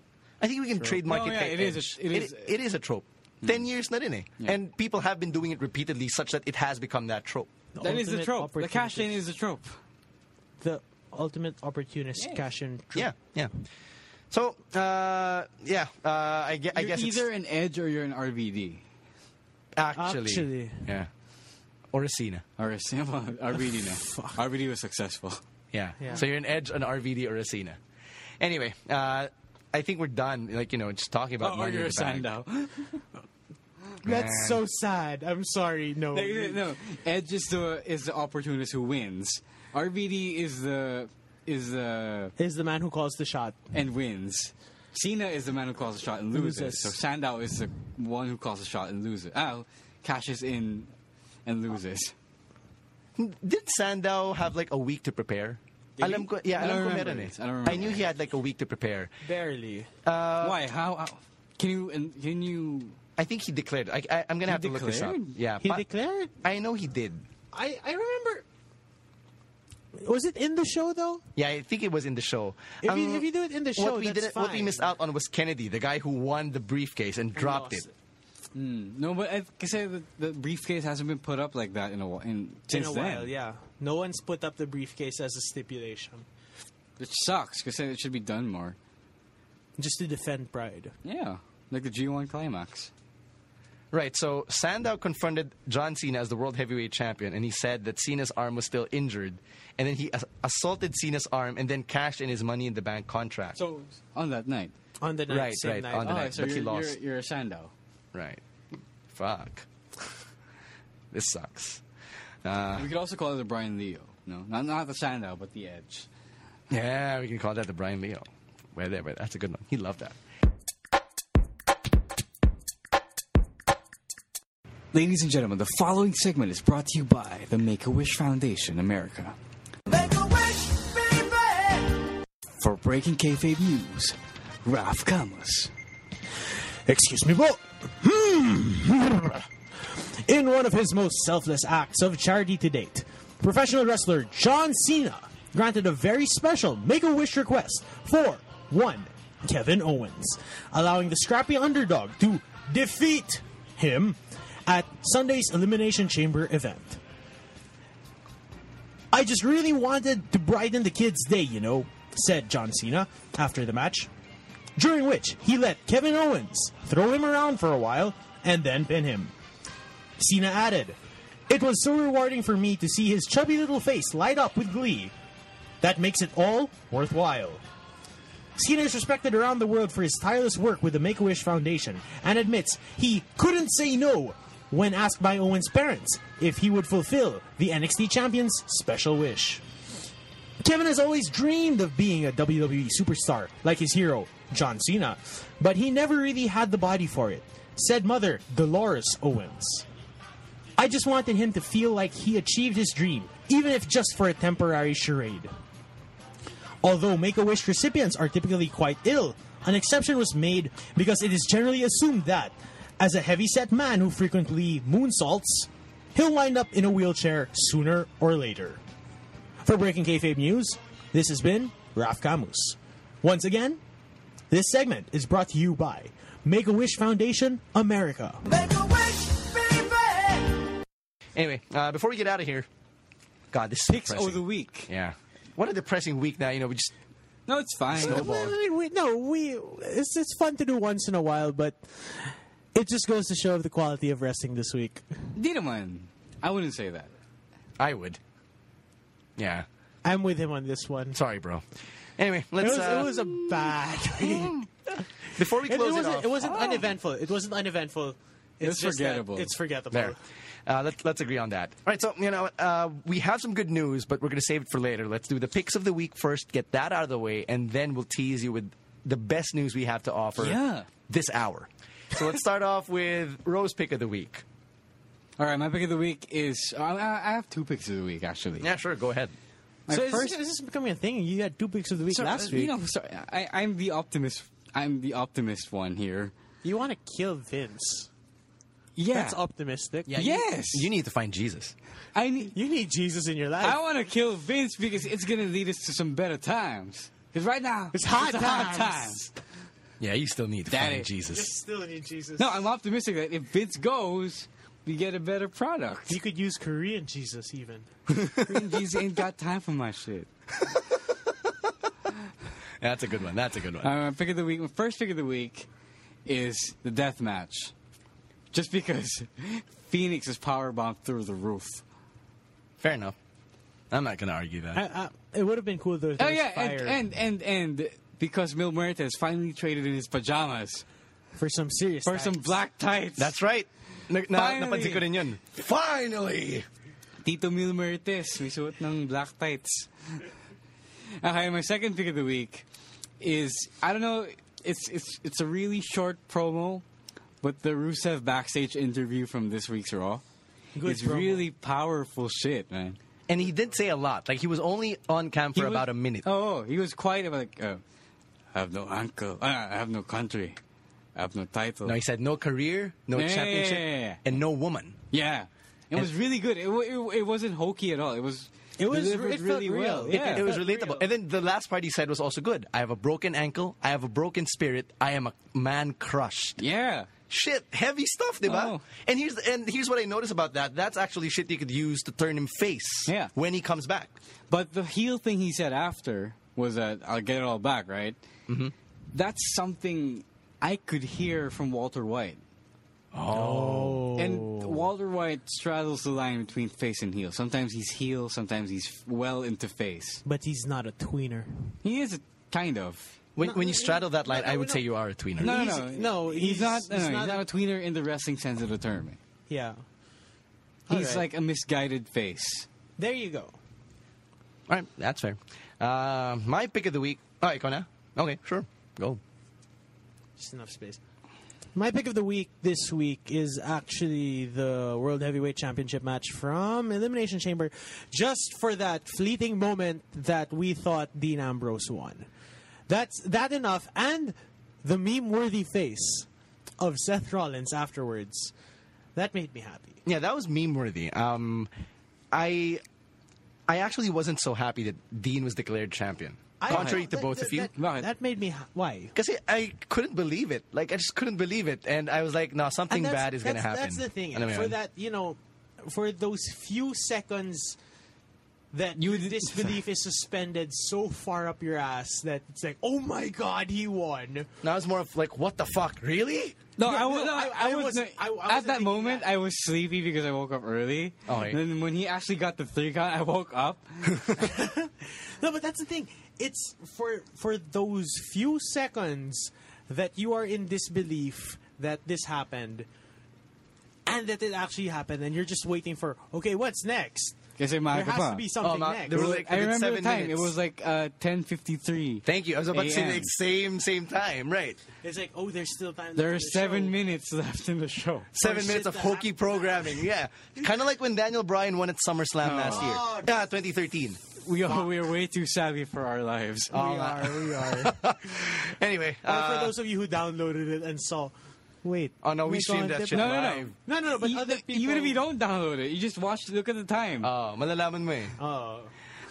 A: I think we can trademark
B: Oh,
C: No,
A: it.
C: yeah,
A: eh,
C: it is a-
A: edge.
C: it is-
A: It- it is a trope.
B: Hmm.
A: Ten years na rin eh. And people have been doing it repeatedly such that it has become that trope.
C: That is the
B: ultimate
C: trope. The cash in
B: opportunity-
C: is a trope.
B: the ultimate opportunist cash in. Trope.
A: Yeah, yeah. So, uh, yeah, uh, I, gue- I
C: You're
A: guess it's-
C: either an edge or you're an RVD
A: Actually.
B: Actually.
A: Yeah. Or a Cena.
C: or a Sam RVD. No, RVD was successful.
A: Yeah.
B: Yeah.
A: So you're an Edge, an RVD, or a Cena. Anyway, uh, I think we're done. Like, you know, just talking
B: Oh,
A: about
C: or
A: money. in
C: Oh, you're a
A: the Bank.
C: Sandow.
A: Man.
B: That's so sad. I'm sorry. No.
C: Like, no, Edge is the is the opportunist who wins. RVD is the is the
B: Is the man who calls the shot.
C: and wins. Cena is the man who calls the shot and loses.
B: Loses.
C: So Sandow is the one who calls the shot and loses. Oh, cashes in and loses.
A: Did Sandow have like a week to prepare? alam ko, yeah,
C: I don't
A: alam ko
C: remember
A: meron eh.
C: this. I don't remember
A: knew he had like a week to prepare.
B: Barely.
A: Uh,
B: Uh,
C: Why? How? how can you? and- Can you?
A: I think he declared. I, I, I'm gonna have to look this up.
C: declared?
A: Yeah,
B: he
A: pa-
B: declared.
A: I know he did.
B: I I remember. Was it in the show though?
A: Yeah, I think it was in the show. Um,
B: If you- if you do it in the show,
A: what we
B: that's
A: didn't- what we
B: fine.
A: missed out on was Kennedy, the guy who won the briefcase and dropped
B: lost
A: it.
B: it.
C: No, but I, cause the, the briefcase hasn't been put up like that in a while. In,
B: in
C: since
B: a
C: then.
B: while. Yeah, no one's put up the briefcase as a stipulation,
C: It sucks because it should be done more.
B: just to defend Pride.
C: Yeah, like the G1 climax.
A: Right, so Sandow confronted John Cena as the world heavyweight champion, and he said that Cena's arm was still injured, and then he ass- assaulted Cena's arm and then cashed in his Money in the Bank contract.
C: So on that night.
B: On the night,
A: Right,
B: same
A: right,
B: night.
A: on the
C: Oh,
A: night,
C: so
A: but he
C: you're,
A: lost.
C: You're, you're a Sandow.
A: right, fuck, this sucks.
C: we could also call it the Brian Leo. No, not not the Sandow, but the Edge.
A: Yeah, we can call that the Brian Leo. Whatever, that's a good one. He loved that.
C: Ladies and gentlemen, the following segment is brought to you by the Make a Wish Foundation, America. For breaking kayfabe news, Ralph Camus.
B: Excuse me, but in one of his most selfless acts of charity to date, professional wrestler John Cena granted a very special make-a-wish request for one Kevin Owens, allowing the scrappy underdog to defeat him at Sunday's Elimination Chamber event. I just really wanted to brighten the kids' day, you know, said John Cena after the match during which he let Kevin Owens throw him around for a while and then pin him. Cena added, It was so rewarding for me to see his chubby little face light up with glee. That makes it all worthwhile. Cena is respected around the world for his tireless work with the Make a Wish Foundation and admits he couldn't say no when asked by Owens' parents if he would fulfill the NXT Champion's special wish. Kevin has always dreamed of being a WWE superstar like his hero, John Cena, but he never really had the body for it, said mother Dolores Owens. I just wanted him to feel like he achieved his dream, even if just for a temporary charade. Although Make a Wish recipients are typically quite ill, an exception was made because it is generally assumed that, as a heavyset man who frequently moonsaults, he'll wind up in a wheelchair sooner or later. For Breaking Kayfabe News, this has been Raf Camus. Once again, this segment is brought to you by Make a Wish Foundation America.
A: Anyway, uh, before we get out of here, God, this is
C: Picks
A: depressing.
C: of the week.
A: Yeah, what a depressing week. Now you know we just
C: No, it's fine.
B: no, we it's, it's fun to do once in a while, but it just goes to show the quality of wrestling this week.
C: Di naman. I wouldn't say that.
A: I would. Yeah,
B: I'm with him on this one.
A: sorry, bro. Anyway,
B: It
A: let's.
B: was,
A: uh,
B: it was a bad
C: Mm,
B: week.
A: before we
B: It,
A: close it,
B: wasn't,
A: off.
B: it wasn't uneventful. It wasn't uneventful. It's,
C: Oh. It's
B: just that
C: forgettable.
B: It's forgettable.
A: There. Uh, let, let's agree on that. All right, so, you know, uh, we have some good news, but we're going to save it for later. Let's do the picks of the week first, get that out of the way, and then we'll tease you with the best news we have to offer
C: Yeah.
A: this hour. So let's start off with Rose pick of the week.
C: All right, my pick of the week is. I, I I have two picks of the week, actually.
A: Yeah, sure, go ahead.
C: My
B: so
C: first-
B: is, this, is this becoming a thing? You had two picks of the week
C: So,
B: last
C: uh,
B: week.
C: You know, sorry, I, I'm the optimist. I'm the optimist one here.
B: You want to kill Vince.
C: Yeah.
B: That's optimistic.
C: yes.
A: You need to find Jesus.
C: I need.
B: You need Jesus in your life.
C: I want to kill Vince because it's going to lead us to some better times. Because right now,
B: It's hard
C: a
B: times.
C: time.
A: Yeah, you still need to
C: That
A: find
C: is-
B: you
A: Jesus.
B: still need Jesus.
C: No, I'm optimistic that if Vince goes, we get a better product.
B: you could use Korean Jesus even.
C: Vince ain't got time for my shit.
A: That's a good one. That's a good one.
C: All right, my Uh, pick of the week. My first pick of the week is the death match. Just because Phoenix is powerbombed through the roof.
A: Fair enough. I'm not going to argue that.
B: I, I, it would have been cool though. If
C: Oh
B: there was
C: yeah,
B: fire
C: and, and and and because Mil Muertes has finally traded in his pajamas
B: for some serious
C: for some
B: times.
C: black tights.
A: That's right. Na, na, napansin
C: Finally.
A: ko rin yun. Finally!
C: Tito Mil Muertes, may suot ng black tights. Okay, my second pick of the week is I don't know. It's it's it's a really short promo, but the Rusev backstage interview from this week's Raw
B: Good
C: is
B: promo.
C: really powerful shit, man.
A: And he did say a lot. Like, he was only on cam for
C: He was-
A: about a minute.
C: Oh, he was quiet about like, uh, I have no uncle, uh, I have no country, I have no title.
A: No, he said no career, no
C: Yeah,
A: championship,
C: yeah, yeah, yeah.
A: and no woman.
C: Yeah, it
A: And-
C: was really good. It, wa- it, wa- it wasn't hokey at all. It was
B: It was
C: delivered
B: it felt
C: really well.
B: real.
C: Yeah.
A: it was
B: felt
A: relatable.
B: real.
A: And then the last part he said was also good. I have a broken ankle. I have a broken spirit. I am a man crushed.
C: Yeah.
A: Shit, heavy stuff, diba?
C: Oh.
A: And here's and here's what I noticed about that. That's actually shit you could use to turn him face
C: Yeah.
A: when he comes back.
C: But the heel thing he said after was that I'll get it all back, right? Mm-hmm. That's something I could hear from Walter White. Oh. And Walter White straddles the line between face and heel. Sometimes he's heel, sometimes he's f- well into face.
B: But he's not a tweener.
C: He is a kind of.
A: When, when you straddle that line, I would say you are a tweener.
C: No,
B: He's-
C: no, no.
B: no,
C: he's,
B: he's-
C: not.
B: he's
C: no, no, he's
B: not
C: not,
B: a-
C: a tweener in the wrestling sense of the term.
B: Yeah.
C: He's
B: Alright.
C: like a misguided face.
B: There you go.
A: All right, that's fair. Uh, my pick of the week. Oh, ikaw na? Okay, sure. Go.
B: Just enough space. My pick of the week this week is actually the World Heavyweight Championship match from Elimination Chamber, just for that fleeting moment that we thought Dean Ambrose won. That's that enough, and the meme-worthy face of Seth Rollins afterwards. That made me happy.
A: Yeah, that was meme worthy. Um, I I actually wasn't so happy that Dean was declared champion.
B: I-
A: Contrary
B: that-
A: to both
B: that-
A: of you.
B: that, that made me ha- why?
A: Because I couldn't believe it. Like, I just couldn't believe it. And I was like, no, something
B: And that's-
A: bad is going to
B: that's-
A: happen.
B: That's the thing.
A: Alam mo
B: for
A: yun?
B: that, you know, for those few seconds that you disbelief is suspended so far up your ass that it's like, oh my god, he won.
A: Now it's more of like, what the fuck? Really?
C: No,
B: Yeah,
C: I was.
B: no,
C: I,
B: I-
C: I
B: I
C: was,
B: wasn't- I- I
C: at
B: wasn't
C: that
B: thinking
C: moment,
B: that. Oh,
C: I was sleepy because I woke up early.
A: Okay.
C: And then when he actually got the three count, I woke up.
B: No, but that's the thing. It's for for those few seconds that you are in disbelief that this happened and that it actually happened, and you're just waiting for okay, what's next?
C: Kasi
B: There
C: maaga
B: has
C: pa.
B: to be something
A: ma-
B: next.
A: there was
C: Well,
A: like
C: I
A: within
C: remember the
A: seven
C: time.
A: minutes.
C: It was like uh, ten fifty three.
A: Thank you. I was about to say the
C: AM.
A: same, same time. Right.
B: It's like, oh, there's still time. left
C: There are
B: in the
C: seven
B: show.
C: minutes left in the show.
A: Seven
B: shit
A: minutes of
B: that
A: hokey
B: happened.
A: programming. Yeah. kind of like when Daniel Bryan won at SummerSlam last year.
B: Oh,
A: Yeah, 2013.
C: We are we are way too savvy for our lives.
B: We are, we are.
A: Anyway.
B: Or
A: Uh,
B: for those of you who downloaded it and saw, wait.
A: oh, no, we
B: my
A: streamed
B: God,
A: that
B: they-
A: shit
C: No, no, no.
A: live.
B: No, no, no. But
C: E-
B: other people,
C: Even if you don't download it, you just watch. Look at the time.
A: Oh, malalaman mo eh.
B: Oh,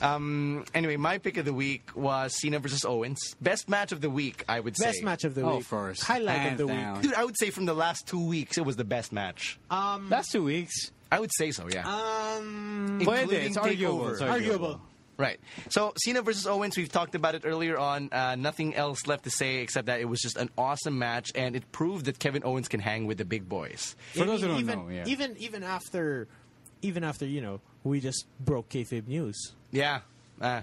A: Um, anyway, my pick of the week was Cena versus Owens. Best match of the week, I would say.
B: best match of the
C: Oh,
B: week.
C: first.
B: highlight
C: Hands
B: of the
C: down.
B: week.
A: Dude, I would say from the last two weeks, it was the best match.
B: Uh,
C: That's two weeks.
A: I would say so, yeah.
B: Um,
A: Including
C: Pwede, it's arguable.
A: TakeOver.
C: It's arguable.
B: arguable.
A: Right. So Cena versus Owens, we've talked about it earlier on. Uh, nothing else left to say except that it was just an awesome match, and it proved that Kevin Owens can hang with the big boys.
C: For those who don't
B: even,
C: know, yeah.
B: even even after, even after you know, we just broke kayfabe news.
A: Yeah. Uh,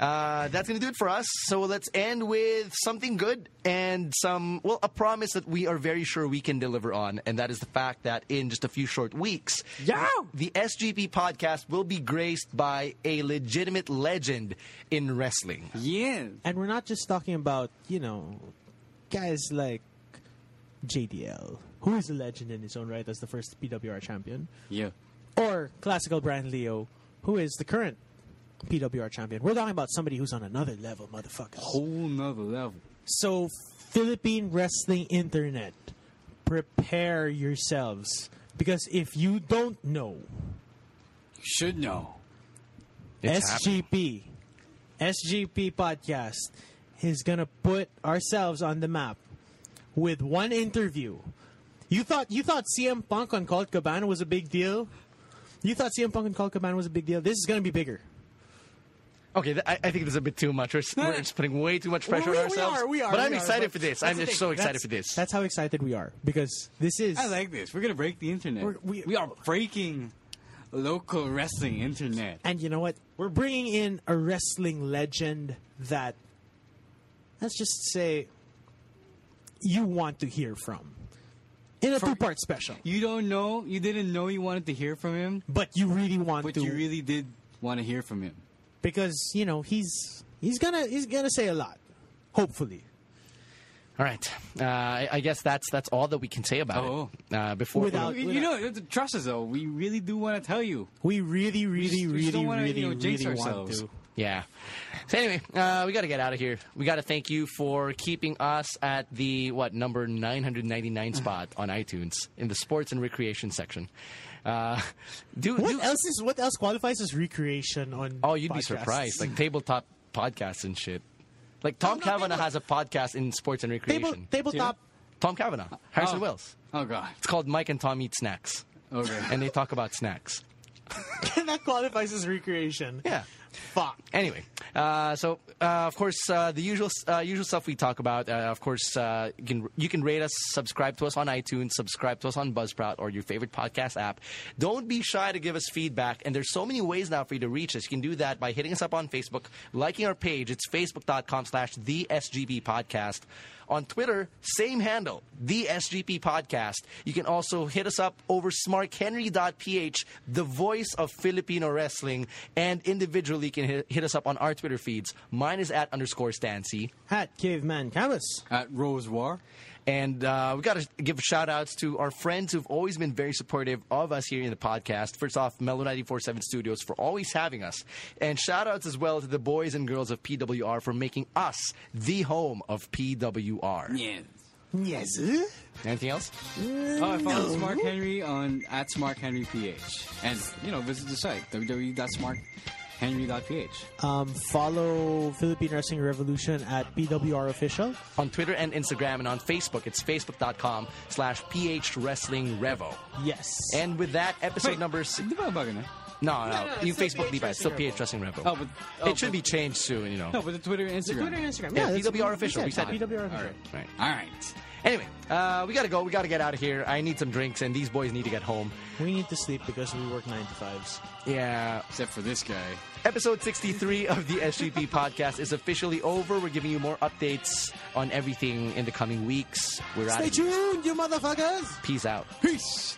A: uh, that's going to do it for us. So let's end with something good and some, well, a promise that we are very sure we can deliver on. And that is the fact that in just a few short weeks,
C: Yeah!
A: the SGP podcast will be graced by a legitimate legend in wrestling.
C: Yeah.
B: And we're not just talking about you know, guys like JDL, who is a legend in his own right as the first PWR champion.
C: Yeah.
B: or classical Brian Leo, who is the current PWR champion. We're talking about somebody who's on another level, motherfuckers.
C: Whole nother level.
B: So, Philippine Wrestling Internet, prepare yourselves. Because if you don't know,
C: You should know.
A: It's
B: SGP, SGP Podcast is going to put ourselves on the map with one interview. You thought you thought CM Punk on Colt Cabana was a big deal? You thought CM Punk on Colt Cabana was a big deal? This is going to be bigger.
A: Okay, th- I, I think there's a bit too much. We're, s- we're just putting way too much pressure
B: Eh. we,
A: on ourselves.
B: We are, we are.
A: But
B: we
A: I'm
B: are,
A: excited
B: but
A: for this.
B: that's
A: I'm
B: the
A: just
B: thing.
A: so excited
B: That's-
A: for this.
B: That's how excited we are because this is.
C: I like this. We're gonna break the internet.
B: We're-
C: we
B: we-
C: are breaking local wrestling internet.
B: and you know what? We're bringing in a wrestling legend that, let's just say, you want to hear from in a two-part special,
C: You don't know. You didn't know you wanted to hear from him,
B: but you really want
C: but
B: to
C: you really did want to hear from him.
B: because you know he's he's gonna he's gonna say a lot, hopefully.
A: All right. Uh, I, I guess that's that's all that we can say about
C: Oh.
A: it. Uh, before
B: Without-
C: You, you know, trust us though. We really do want to tell you.
B: We really, really,
C: just- we just
B: really,
C: don't wanna, you
B: really,
C: know, jinx
B: really want
C: ourselves.
B: to.
A: yeah. So anyway, uh, we got to get out of here. We got to thank you for keeping us at
B: Mm-hmm.
A: the what number 999 spot on iTunes in the sports and recreation section. Uh, do
B: What
A: do-
B: else is what else qualifies as recreation on?
A: Oh, you'd be
B: podcasts?
A: surprised. Like tabletop podcasts and shit. Like Tom
B: No, no,
A: Kavanaugh
B: table-
A: has a podcast in sports and
B: table
A: recreation.
B: tabletop.
A: Tom Kavanaugh, Harrison
C: Oh.
A: Wells.
C: Oh god.
A: It's called Mike and Tom Eat Snacks.
C: Okay.
A: And they talk about snacks.
B: that qualifies as recreation.
A: Yeah.
B: Fuck.
A: Anyway, uh, so uh, of course uh, the usual uh, usual stuff we talk about. Uh, of course, uh, you can you can rate us, subscribe to us on iTunes, subscribe to us on Buzzsprout or your favorite podcast app. Don't be shy to give us feedback, and there's so many ways now for you to reach us. You can do that by hitting us up on Facebook, liking our page. It's facebook.com/slash the SGP Podcast. On Twitter, same handle, the SGP Podcast. You can also hit us up over smarthenry.ph, the voice of Filipino wrestling, and individually you can hit, hit us up on our Twitter feeds. Mine is at underscore Stancy.
B: Hat caveman canvas.
C: At Rose War.
A: And uh, we got to give shout outs to our friends who've always been very supportive of us here in the podcast. First off, Mellow 947 Studios for always having us. And shout outs as well to the boys and girls of PWR for making us the home of PWR.
C: Yes.
B: Yes.
A: Anything else?
C: Oh, I follow Smart Henry on at Smart Henry PH, and you know visit the site E www.smarthenry.ph.
B: Um, follow Philippine Wrestling Revolution at PWR official.
A: on Twitter and Instagram and on Facebook. It's facebook.com slash PH Wrestling Revo.
B: Yes.
A: And with that, episode number six.
C: Di ba bago na?
A: No, no,
B: no,
A: you
B: it's still
A: Facebook
B: PH
A: Levi. It's still
B: Wrestling
A: PH Wrestling Revo.
C: Oh, but oh,
A: it should
C: but-
A: be changed soon, you know.
C: No, but the Twitter and Instagram.
B: Twitter and Instagram.
A: Yeah,
B: Yeah, that's
A: PWR
B: what
A: official. We said it.
B: PWR
C: All
B: official.
C: right.
A: Right.
C: All right.
A: Anyway, uh, we gotta go. We gotta get out of here. I need some drinks, and these boys need to get home.
B: We need to sleep because we work nine to fives.
A: Yeah.
C: Except for this guy.
A: Episode 63 of the SGP podcast is officially over. We're giving you more updates on everything in the coming weeks. We're out.
B: Stay tuned, you motherfuckers.
A: Peace out.
C: Peace.